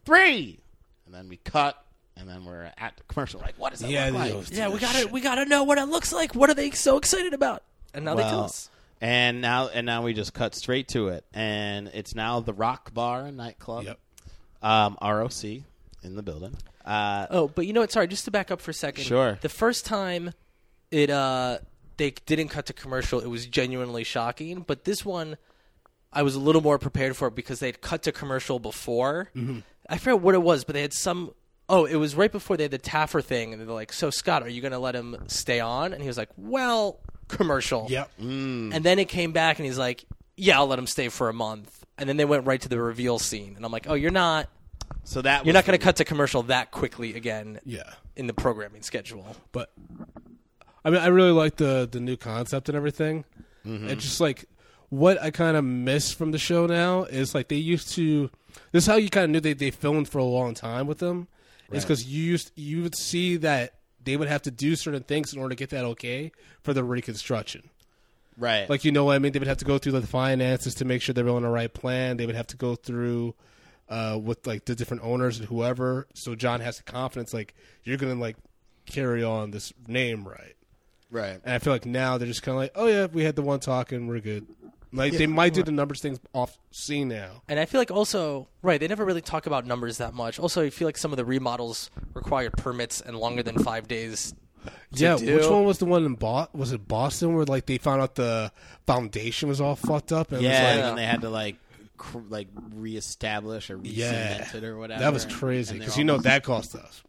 A: three, and then we cut, and then we're at the commercial. Like, what is that
D: Yeah,
A: look
D: they
A: like?
D: always do
C: yeah, we got to we got to know what it looks like. What are they so excited about? And now they tell
A: Well,
C: us.
A: And now and now we just cut straight to it, and it's now the Rock Bar and Nightclub,
D: Yep.
A: um, ROC in the building. Uh,
C: Oh, but you know what? Sorry, just to back up for a second.
A: Sure.
C: The first time it uh they didn't cut to commercial, it was genuinely shocking. But this one, I was a little more prepared for it because they had cut to commercial before. I forget what it was, but they had some. Oh, it was right before they had the Taffer thing, and they're like, "So Scott, are you going to let him stay on?" And he was like, "Well, commercial."
D: Mm.
C: And then it came back, and he's like, "Yeah, I'll let him stay for a month." And then they went right to the reveal scene, and I'm like, "Oh, you're not."
A: so that
C: You're
A: was
C: not going
A: the-
C: to cut to commercial that quickly again
D: Yeah.
C: in the programming schedule.
D: but I mean, I really like the the new concept and everything. And just like what I kind of miss from the show now is like they used to. This is how you kind of knew they they filmed for a long time with them. Is because you used you would see that they would have to do certain things in order to get that okay for the reconstruction.
A: right.
D: Like you know what I mean? They would have to go through like, the finances to make sure they were on the right plan. They would have to go through uh, with like the different owners and whoever. So John has the confidence like you're gonna like carry on this name right.
A: right.
D: And I feel like now they're just kind of like, oh yeah, we had the one talk and we're good. Like they might do the numbers things off scene now.
C: And I feel like also, right, they never really talk about numbers that much. Also, I feel like some of the remodels required permits and longer than five days
D: yeah,
C: do.
D: which one was the one in Boston? Was it Boston where like they found out the foundation was all fucked up? And
A: Yeah,
D: it was
A: and
D: like,
A: then they had to like cr- like reestablish or recement
D: yeah,
A: it or whatever.
D: That was crazy
A: And they're
D: because you
A: all-
D: know that cost us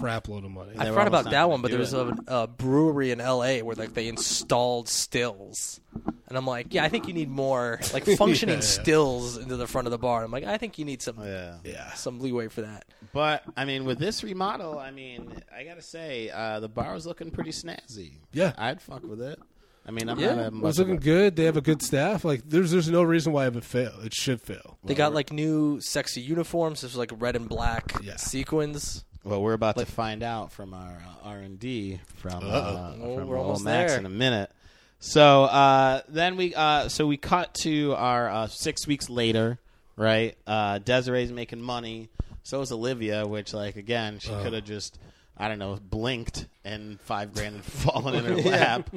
D: crap load of money.
C: I
A: were
C: forgot
A: almost
C: about
A: not
C: that
A: gonna
C: one, but
A: do
C: there was
A: it.
C: a, a brewery in L.A. where like they installed stills, and I'm like, yeah, I think you need more like functioning
D: Yeah, yeah.
C: stills into the front of the bar. I'm like, I think you need some
A: Oh, Yeah.
D: yeah,
C: some leeway for that.
A: But I mean, with this remodel, I mean, I gotta say, uh, the bar is looking pretty snazzy.
D: Yeah.
A: I'd fuck with it. I mean, I'm
C: Yeah.
A: not a
D: Well,
A: much
D: it's
A: of a-
D: looking good. They have a good staff. Like there's there's no reason why it would fail. It should fail.
C: They got like new sexy uniforms. There's like red and black
D: Yeah.
C: sequins.
A: Well, we're about to find out from our uh, R and D from uh,
C: Oh,
A: from
C: we're
A: old
C: almost
A: Max
C: there.
A: in a minute. So uh, then we uh, so we cut to our uh, six weeks later, right? Uh, Desiree's making money. So is Olivia, which like again she
C: Oh.
A: could have just I don't know blinked and five grand had fallen in her lap,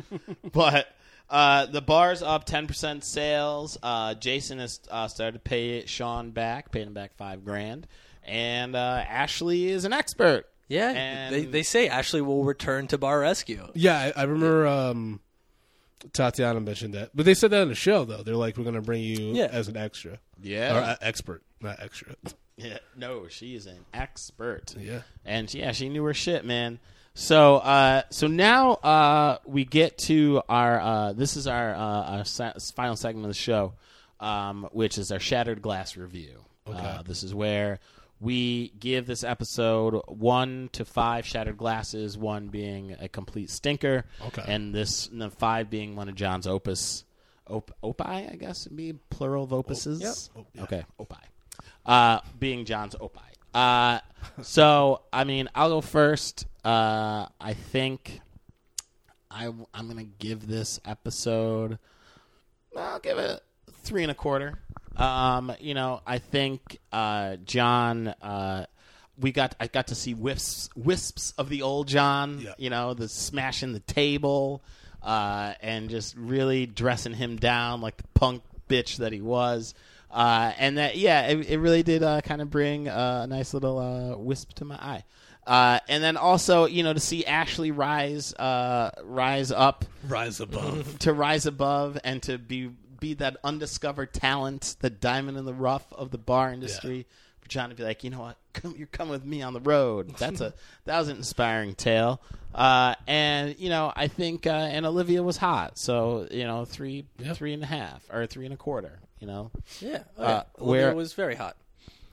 A: but. Uh, the bar's up 10% sales. Uh, Jason has uh, started to pay Sean back, paying him back five grand. And uh, Ashley is an expert.
C: Yeah,
A: And-
C: they they say Ashley will return to Bar Rescue.
D: Yeah, I, I remember um, Tatiana mentioned that, but they said that on the show though. They're like, we're gonna bring you
C: Yeah. Um,
D: as an extra,
A: Yeah.
D: or uh, expert, not extra.
A: Yeah, no, she's an expert.
D: Yeah.
A: and she, yeah, she knew her shit, man. So, uh, so now uh, we get to our. Uh, this is our, uh, our se- final segment of the show, um, which is our shattered glass review. Uh, this is where we give this episode one to five shattered glasses, one being a complete stinker,
D: Okay.
A: and this and the five being one of John's opus, op- opi, I guess would be plural of opuses. Okay, opi. Uh, being John's opi. Uh, so I mean, I'll go first. Uh, I think I I'm gonna give this episode. I'll give it three and a quarter. Um, you know, I think uh, John. Uh, we got I got to see wisps wisps of the old John.
D: Yeah.
A: You know, the smashing the table, uh, and just really dressing him down like the punk bitch that he was. Uh, and that yeah, it, it really did uh, kind of bring uh, a nice little uh, wisp to my eye. Uh, and then also, you know, to see Ashley rise, uh, rise up
D: Rise above.
A: to rise above and to be be that undiscovered talent, the diamond in the rough of the bar industry. For John to be like, you know what, come, you're coming with me on the road. That's a that was an inspiring tale. Uh, and you know, I think uh, and Olivia was hot, so you know, three three and a half or three and a quarter. You know,
C: Yeah, oh,
A: Uh,
C: yeah. Olivia
A: where-
C: was very hot.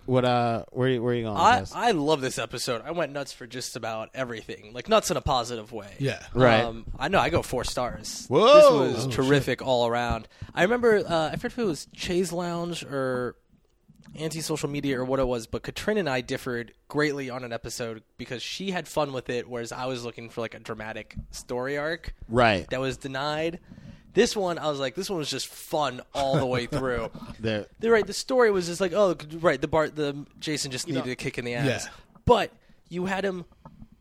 A: what uh, where you- where are you going? with
C: I,
A: this?
C: I love this episode. I went nuts for just about everything, like nuts in a positive way.
D: Yeah.
A: Right.
C: Um, I know. I go four stars.
A: Whoa!
C: This was terrific all around. I remember. Uh, I forget if it was Chase Lounge or anti-social media or what it was, but Katrin and I differed greatly on an episode because she had fun with it, whereas I was looking for like a dramatic story arc
A: right.
C: that was denied. This one, I was like, this one was just fun all the way through.
A: There-
C: They're right. The story was just like, oh, right. The Bart, the Jason just needed a kick in the ass.
D: Yeah.
C: But you had him.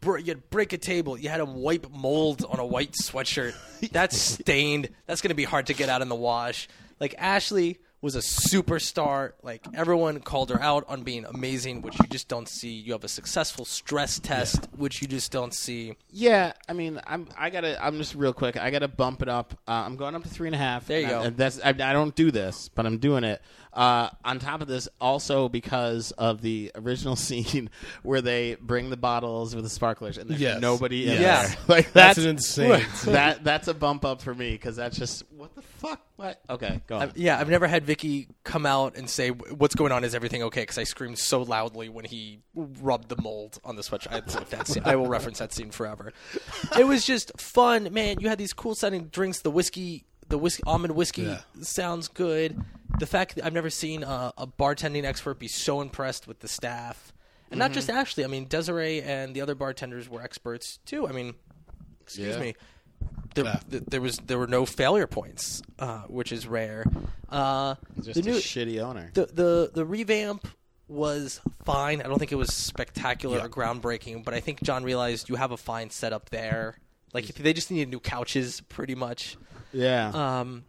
C: br- You had break a table. You had him wipe mold on a white sweatshirt. That's stained. That's going to be hard to get out in the wash. Like Ashley was a superstar. Like everyone called her out on being amazing, which you just don't see. You have a successful stress test, which you just don't see.
A: Yeah, I mean, I'm I gotta I'm just real quick. I gotta bump it up. Uh, I'm going up to three and a half.
C: There you
A: And I-
C: go.
A: and that's I, I don't do this, but I'm doing it. Uh, on top of this, also because of the original scene where they bring the bottles with the sparklers and there's
D: Yes.
A: nobody in
C: Yes.
A: there. Like
D: That's
A: that's,
D: an insane
A: That that's a bump up for me because that's just what the fuck. What? Okay, go on.
C: Yeah, I've never had Vicky come out and say what's going on. Is everything okay? Because I screamed so loudly when he rubbed the mold on the sweatshirt. I, love that scene. I will reference that scene forever. It was just fun, man. You had these cool sounding drinks. The whiskey, the whiskey, almond whiskey
D: Yeah.
C: sounds good. The fact that I've never seen a, a bartending expert be so impressed with the staff, and not just Ashley. I mean, Desiree and the other bartenders were experts too. I mean, excuse me. There, th- there was there were no failure points, uh, which is rare. Uh,
A: just
C: the
A: a
C: new
A: shitty owner.
C: the, the the revamp was fine. I don't think it was spectacular or groundbreaking, but I think John realized you have a fine setup there. Like if they just needed new couches, pretty much.
A: yeah.
C: Um,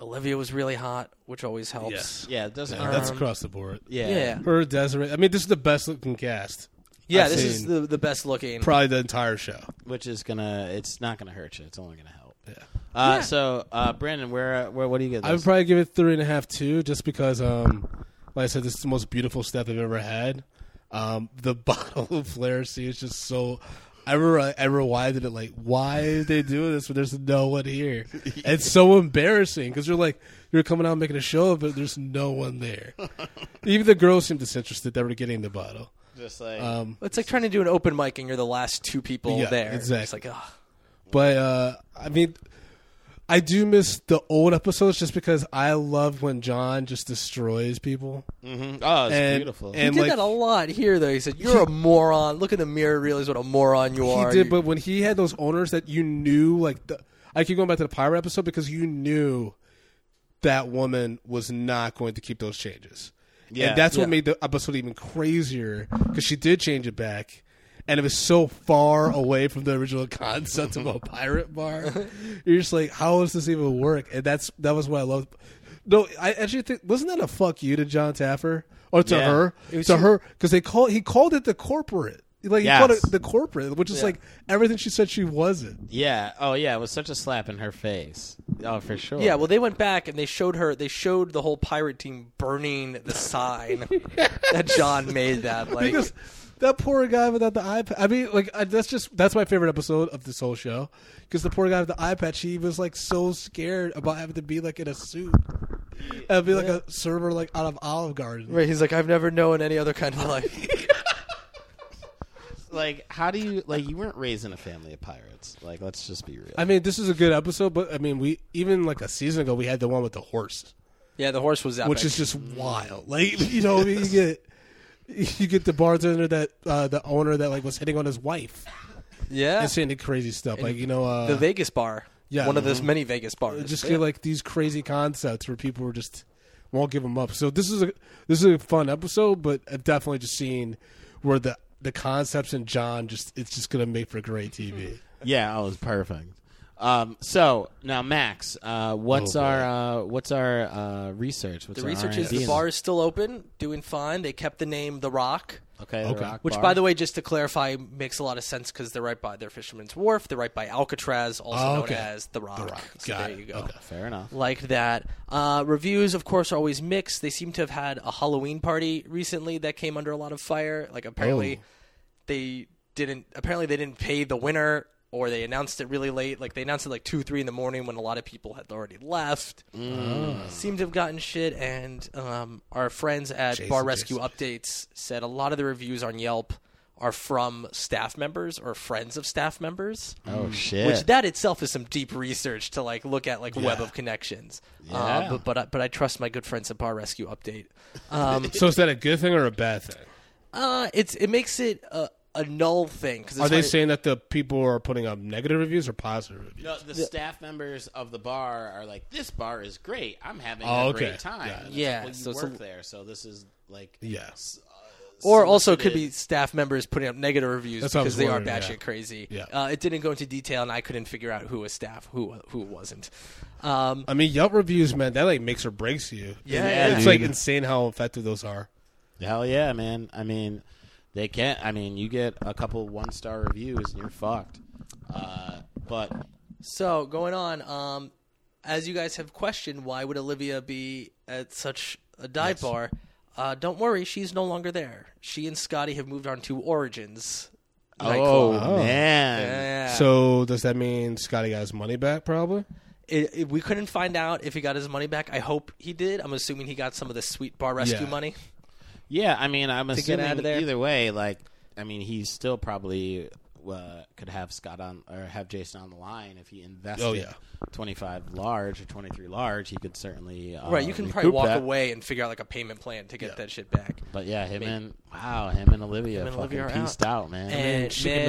C: Olivia was really hot, which always helps.
A: yeah, it doesn't hurt.
D: That's across the board.
A: yeah.
C: uh, Yeah.
D: Her Desiree. I mean, this is the best looking cast.
C: Yeah,
D: I've
C: this is
D: seen.
C: the the best looking.
D: Probably the entire show.
A: which is gonna it's not gonna hurt you. It's only gonna help. Yeah. Uh, So, uh, Brandon, where, where what do you get? This?
D: I would probably give it three and a half, two, just because, um, like I said, this is the most beautiful step I've ever had. Um, the bottle of flare scene is just so. I remember I, I rewinded it like, why did they do this when there's no one here? It's so embarrassing because you're like, you're coming out making a show of it, there's no one there. Even the girls seemed disinterested that were getting the bottle.
A: just like
C: It's like trying to do an open mic and you're the last two people
D: Yeah,
C: there. It's
D: exactly.
C: like, ugh.
D: But uh, I mean, I do miss the old episodes just because I love when John just destroys people.
A: mhm. oh, it's
D: and-
A: beautiful.
D: and-
C: He did
D: like-
C: that a lot here, though. He said, "You're a moron. Look in the mirror, realize what a moron you
D: He
C: are."
D: did,
C: You-
D: but when he had those owners that you knew, like the, I keep going back to the pirate episode because you knew that woman was not going to keep those changes.
A: Yeah.
D: and that's
C: Yeah.
D: what made the episode even crazier because she did change it back, and it was so far away from the original concept of a pirate bar. You're just like, how does this even work? And that's that was what I loved. No, I actually think wasn't that a fuck you to John Taffer or to
A: Yeah.
D: her
C: It was
D: to
C: too-
D: her because they call he called it the corporate. Like
A: Yes.
D: he called it the corporate, which is
C: Yeah.
D: like everything she said she wasn't.
A: yeah. Oh, yeah. It was such a slap in her face. Oh, for sure.
C: yeah, well, they went back and they showed her. They showed the whole pirate team burning the sign that John made. That like,
D: Because that poor guy without the iPad. I mean, like I, that's just that's my favorite episode of this whole show because the poor guy with the iPad, she was like so scared about having to be like in a suit and be like a server like out of Olive Garden.
C: right? He's like, "I've never known any other kind of life."
A: Like, how do you like? You weren't raised in a family of pirates. Like, let's just be real.
D: I mean, this is a good episode, but I mean, we even like a season ago we had the one with the horse.
C: yeah, the horse was epic.
D: which is just wild. Like you know, I mean, you get you get the bartender that uh, the owner that like was hitting on his wife
C: yeah,
D: and saying the crazy stuff. Like you know, uh,
C: the Vegas bar.
D: yeah.
C: one of those many Vegas bars.
D: just
C: Yeah.
D: get like these crazy concepts where people were just won't give them up. So this is a this is a fun episode, but I've definitely just seen where the the concepts in John just it's just gonna make for great TV.
A: yeah. Oh, it was perfect. Um, so now, Max, uh, what's
D: Oh, boy.
A: our uh, what's our uh, research? What's
C: the
A: our
C: research
A: R&D
C: is the
A: in-
C: bar is still open, doing fine. They kept the name The Rock.
A: Okay.
D: Okay.
C: Which, by the way, just to clarify, makes a lot of sense because they're right by their Fisherman's Wharf. They're right by Alcatraz, also
D: Oh,
C: known
D: okay.
C: as the Rock.
D: Rock.
C: So
D: Got
C: there
D: it.
C: you go.
D: Okay.
A: fair enough.
C: Like that. Uh, reviews, of course, are always mixed. They seem to have had a Halloween party recently that came under a lot of fire. Like apparently, they didn't. Apparently, they didn't pay the winner, or they announced it really late. Like they announced it like two, three in the morning when a lot of people had already left. Uh, Seemed to have gotten shit. And um, our friends at Bar Rescue Updates said a lot of the reviews on Yelp are from staff members or friends of staff members
A: Oh shit.
C: which that itself is some deep research to like look at like web of connections. Uh,
A: Yeah.
C: but but I, but I trust my good friends at Bar Rescue Update. Um,
D: So is that a good thing or a bad thing?
C: uh, it's it makes it a, a null thing because
D: Are they saying that the people are putting up negative reviews or positive reviews?
A: No, the staff members of the bar are like, "This bar is great. I'm having
D: Oh,
A: a
D: okay.
A: great time."
D: Yeah.
A: And it's
C: Yeah,
A: like, well, you
C: so it's a-
A: work there, so this is like,
D: Yeah.
A: s- uh,
C: Or also could be
A: solicited-
C: staff members putting up negative reviews
D: That's what I
C: because
D: was
C: they are
D: wondering,
C: batshit
D: yeah.
C: crazy.
D: Yeah.
C: Uh, it didn't go into detail, and I couldn't figure out who was staff, who who wasn't. Um,
D: I mean, Yelp reviews, man, that like makes or breaks you.
C: Yeah,
A: Yeah,
D: it's
A: dude.
D: like insane how effective those are.
A: Hell yeah, man! I mean, they can't. I mean, you get a couple one star reviews and you're fucked. Uh, but
C: So going on, um, as you guys have questioned, why would Olivia be at such a dive bar? Uh, don't worry, she's no longer there. She and Scotty have moved on to Origins.
A: oh
C: nightclub.
A: man,
C: yeah. So
D: So does that mean Scotty got his money back? Probably.
C: it, it- we couldn't find out if he got his money back. I hope he did. I'm assuming he got some of the sweet bar rescue
D: Yeah.
C: money.
A: yeah. I mean, I'm
C: get
A: assuming
C: out of there.
A: either way. Like, I mean, he still probably uh, could have Scott on or have Jason on the line if he invested.
D: Oh, yeah.
A: 25 large or 23 large, he could certainly. Uh,
C: right, you can probably
A: recoup
C: walk
A: that.
C: away and figure out like a payment plan to get that shit back.
A: But yeah, him
C: Maybe.
A: and wow, him and Olivia
C: Him and
A: fucking
C: Olivia are
A: pieced out, man.
C: And
D: she
C: man,
D: can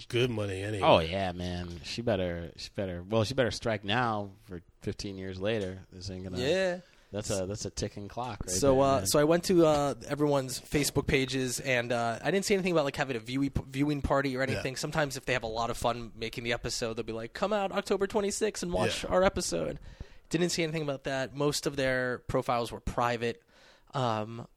D: make good money anyway.
A: oh yeah, man. She better, she better. Well, she better strike now for 15 years later. This ain't gonna.
C: yeah.
A: That's a that's a ticking clock. Right
C: So,
A: there,
C: uh,
A: man.
C: so I went to uh, everyone's Facebook pages, and uh, I didn't see anything about like having a viewing viewing party or anything. Sometimes, if they have a lot of fun making the episode, they'll be like, "Come out October 26th and watch
D: Yeah.
C: our episode." Didn't see anything about that. Most of their profiles were private, um,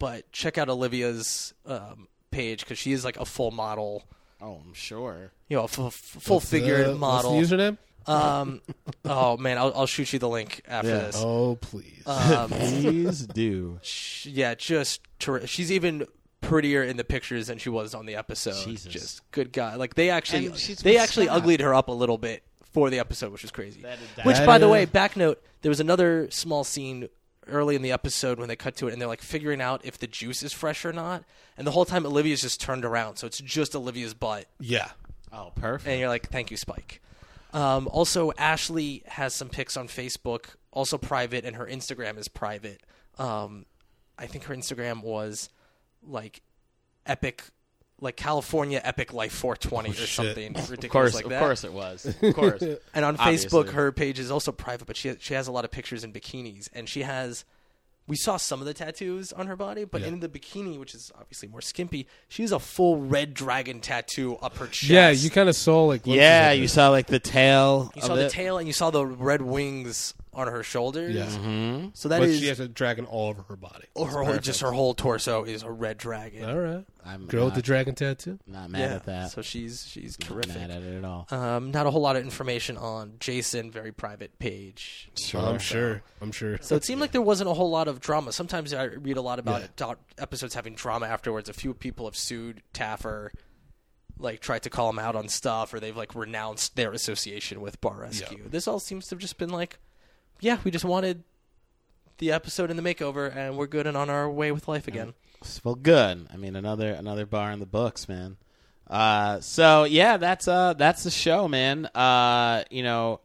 C: but check out Olivia's um, page because she is like a full model,
A: Oh, I'm sure.
C: you know, a full, full figured
D: Uh,
C: model.
D: What's the username?
C: Um, oh man, I'll, I'll shoot you the link after
A: Yeah.
C: this. Um,
D: Oh please.
A: Uh, Please do.
C: Sh- yeah, just ter- she's even prettier in the pictures than she was on the episode.
A: Jesus.
C: Just good God, like they actually
A: And she's
C: they
A: with
C: actually
A: Scott.
C: uglied her up a little bit for the episode, which is crazy.
A: that-
C: which, by the
D: uh,
C: way, back note, there was another small scene early in the episode when they cut to it and they're like figuring out if the juice is fresh or not, and the whole time Olivia's just turned around, so it's just Olivia's butt
D: yeah.
A: Oh, perfect.
C: and you're like, thank you, Spike. Um, also, Ashley has some pics on Facebook, also private, and her Instagram is private. Um, I think her Instagram was like epic, like California epic life 420 or something ridiculous
A: Oh, of course,
C: like
A: of
C: that.
A: course it was. Of course.
C: And on
A: Obviously.
C: Facebook, her page is also private, but she she has a lot of pictures in bikinis, and she has. We saw some of the tattoos on her body, but in the bikini, which is obviously more skimpy, she has a full red dragon tattoo up her chest.
D: Yeah, you kind of saw like glimpses
A: yeah,
D: of
A: you
D: it.
A: saw like the tail.
C: You
A: of
C: saw the
A: it.
C: tail and you saw the red wings on her shoulders.
D: Yeah.
A: Mm-hmm.
C: So that
D: But
C: is
D: she has a dragon all over her body.
A: Oh.
C: or her whole, just her whole torso is a red dragon.
D: All right.
A: I'm
D: Girl with the
A: not-
D: dragon tattoo.
A: Not mad
C: Yeah.
A: at that.
C: So she's she's
A: Not mad
C: terrific.
A: at it at all.
C: Um, not a whole lot of information on Jason, very private page.
A: Sure.
D: I'm sure. I'm sure.
C: So it seemed like there wasn't a whole lot of drama. Sometimes I read a lot about
D: Yeah.
C: doc- episodes having drama afterwards. A few people have sued Taffer, like tried to call him out on stuff, or they've like renounced their association with Bar Rescue. This all seems to have just been like, yeah, we just wanted the episode and the makeover, and we're good and on our way with life again.
A: Well, good. I mean, another another bar in the books, man. Uh, so yeah, that's uh, that's the show, man. Uh, you know,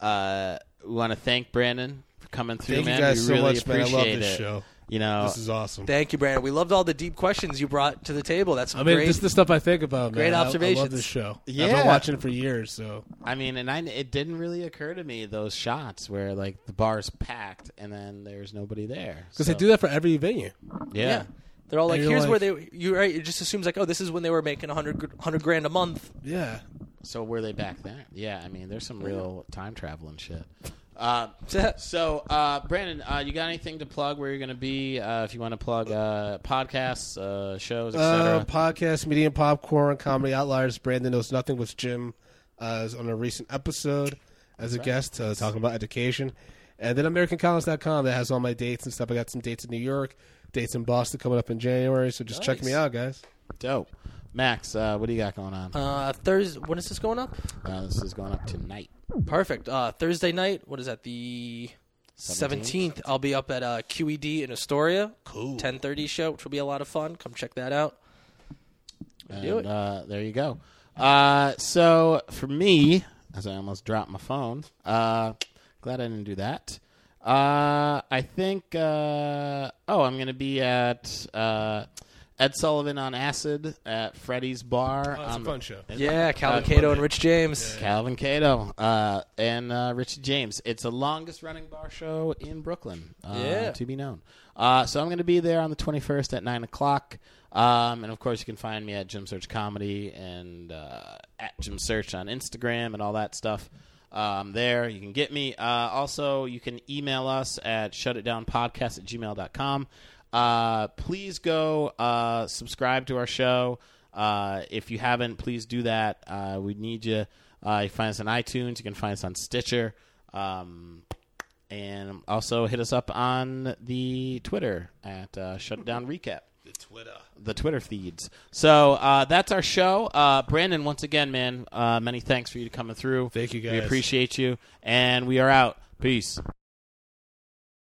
A: uh, we want to thank Brandon for coming through,
D: Thank you
A: man.
D: guys
A: we
D: so
A: really
D: much, man. I
A: appreciate
D: love this
A: it. Oh.
D: show.
A: You know,
D: this is awesome.
C: Thank you, Brandon. We loved all the deep questions you brought to the table. That's
D: I mean,
C: great.
D: this is the stuff I think about. Man.
C: Great
D: I- I,
C: observations.
D: love this show. I've
A: Yeah.
D: been watching for years. So
A: I mean, and I it didn't really occur to me those shots where like the bar's packed and then there's nobody there
D: because
A: so,
D: they do that for every venue.
A: Yeah.
C: yeah. They're all like,
D: you're
C: here's
D: like-
C: where they you right. It just assumes like, oh, this is when they were making 100, gr- 100 grand a month.
D: Yeah.
A: So were they back then? Yeah. I mean, there's some real time traveling shit. Uh, so, uh, Brandon, uh, you got anything to plug? Where you're going to be? Uh, if you want to plug uh, podcasts, uh, shows,
D: Uh,
A: etc.
D: podcast, medium popcorn, comedy outliers. Brandon knows nothing with Jim uh, is on a recent episode as a guest uh, talking about education. And then AmericanCollege.com that has all my dates and stuff. I got some dates in New York, dates in Boston coming up in January. So just check me out, guys.
A: Dope. Max, uh, what do you got going on?
C: Uh, Thursday. When is this going up?
A: Uh, this is going up tonight.
C: Perfect. Uh, Thursday night. What is that? The seventeenth. I'll be up at uh, QED in Astoria. Cool. Ten thirty show, which will be a lot of fun. Come check that out. do
A: And,
C: it.
A: uh, there you go. Uh, so for me, as I almost dropped my phone, uh, glad I didn't do that. Uh, I think. Uh, oh, I'm gonna be at uh, Ed Sullivan on Acid at Freddy's Bar.
D: It's
A: on-
D: a fun show.
C: Yeah, Calvin Cato and Rich James.
A: Calvin Cato uh, and uh, Richie James. It's the longest running bar show in Brooklyn. Uh,
C: Yeah.
A: To be known. Uh, so I'm going to be there on the 21st at 9 o'clock. Um, and of course, you can find me at Jim Search Comedy and uh, at Jim Search on Instagram and all that stuff. Um, there, you can get me. Uh, also, you can email us at shutitdownpodcast at gmail.com. Uh, please go uh, subscribe to our show. Uh, if you haven't, please do that. Uh, we need you. Uh, you can find us on iTunes. You can find us on Stitcher. Um, and also hit us up on the Twitter at uh, Shutdown Recap. The Twitter. The Twitter feeds. So uh, that's our show. Uh, Brandon, once again, man, uh, many thanks for you coming through.
D: Thank you,
A: We
D: guys.
A: appreciate you. And we are out. Peace.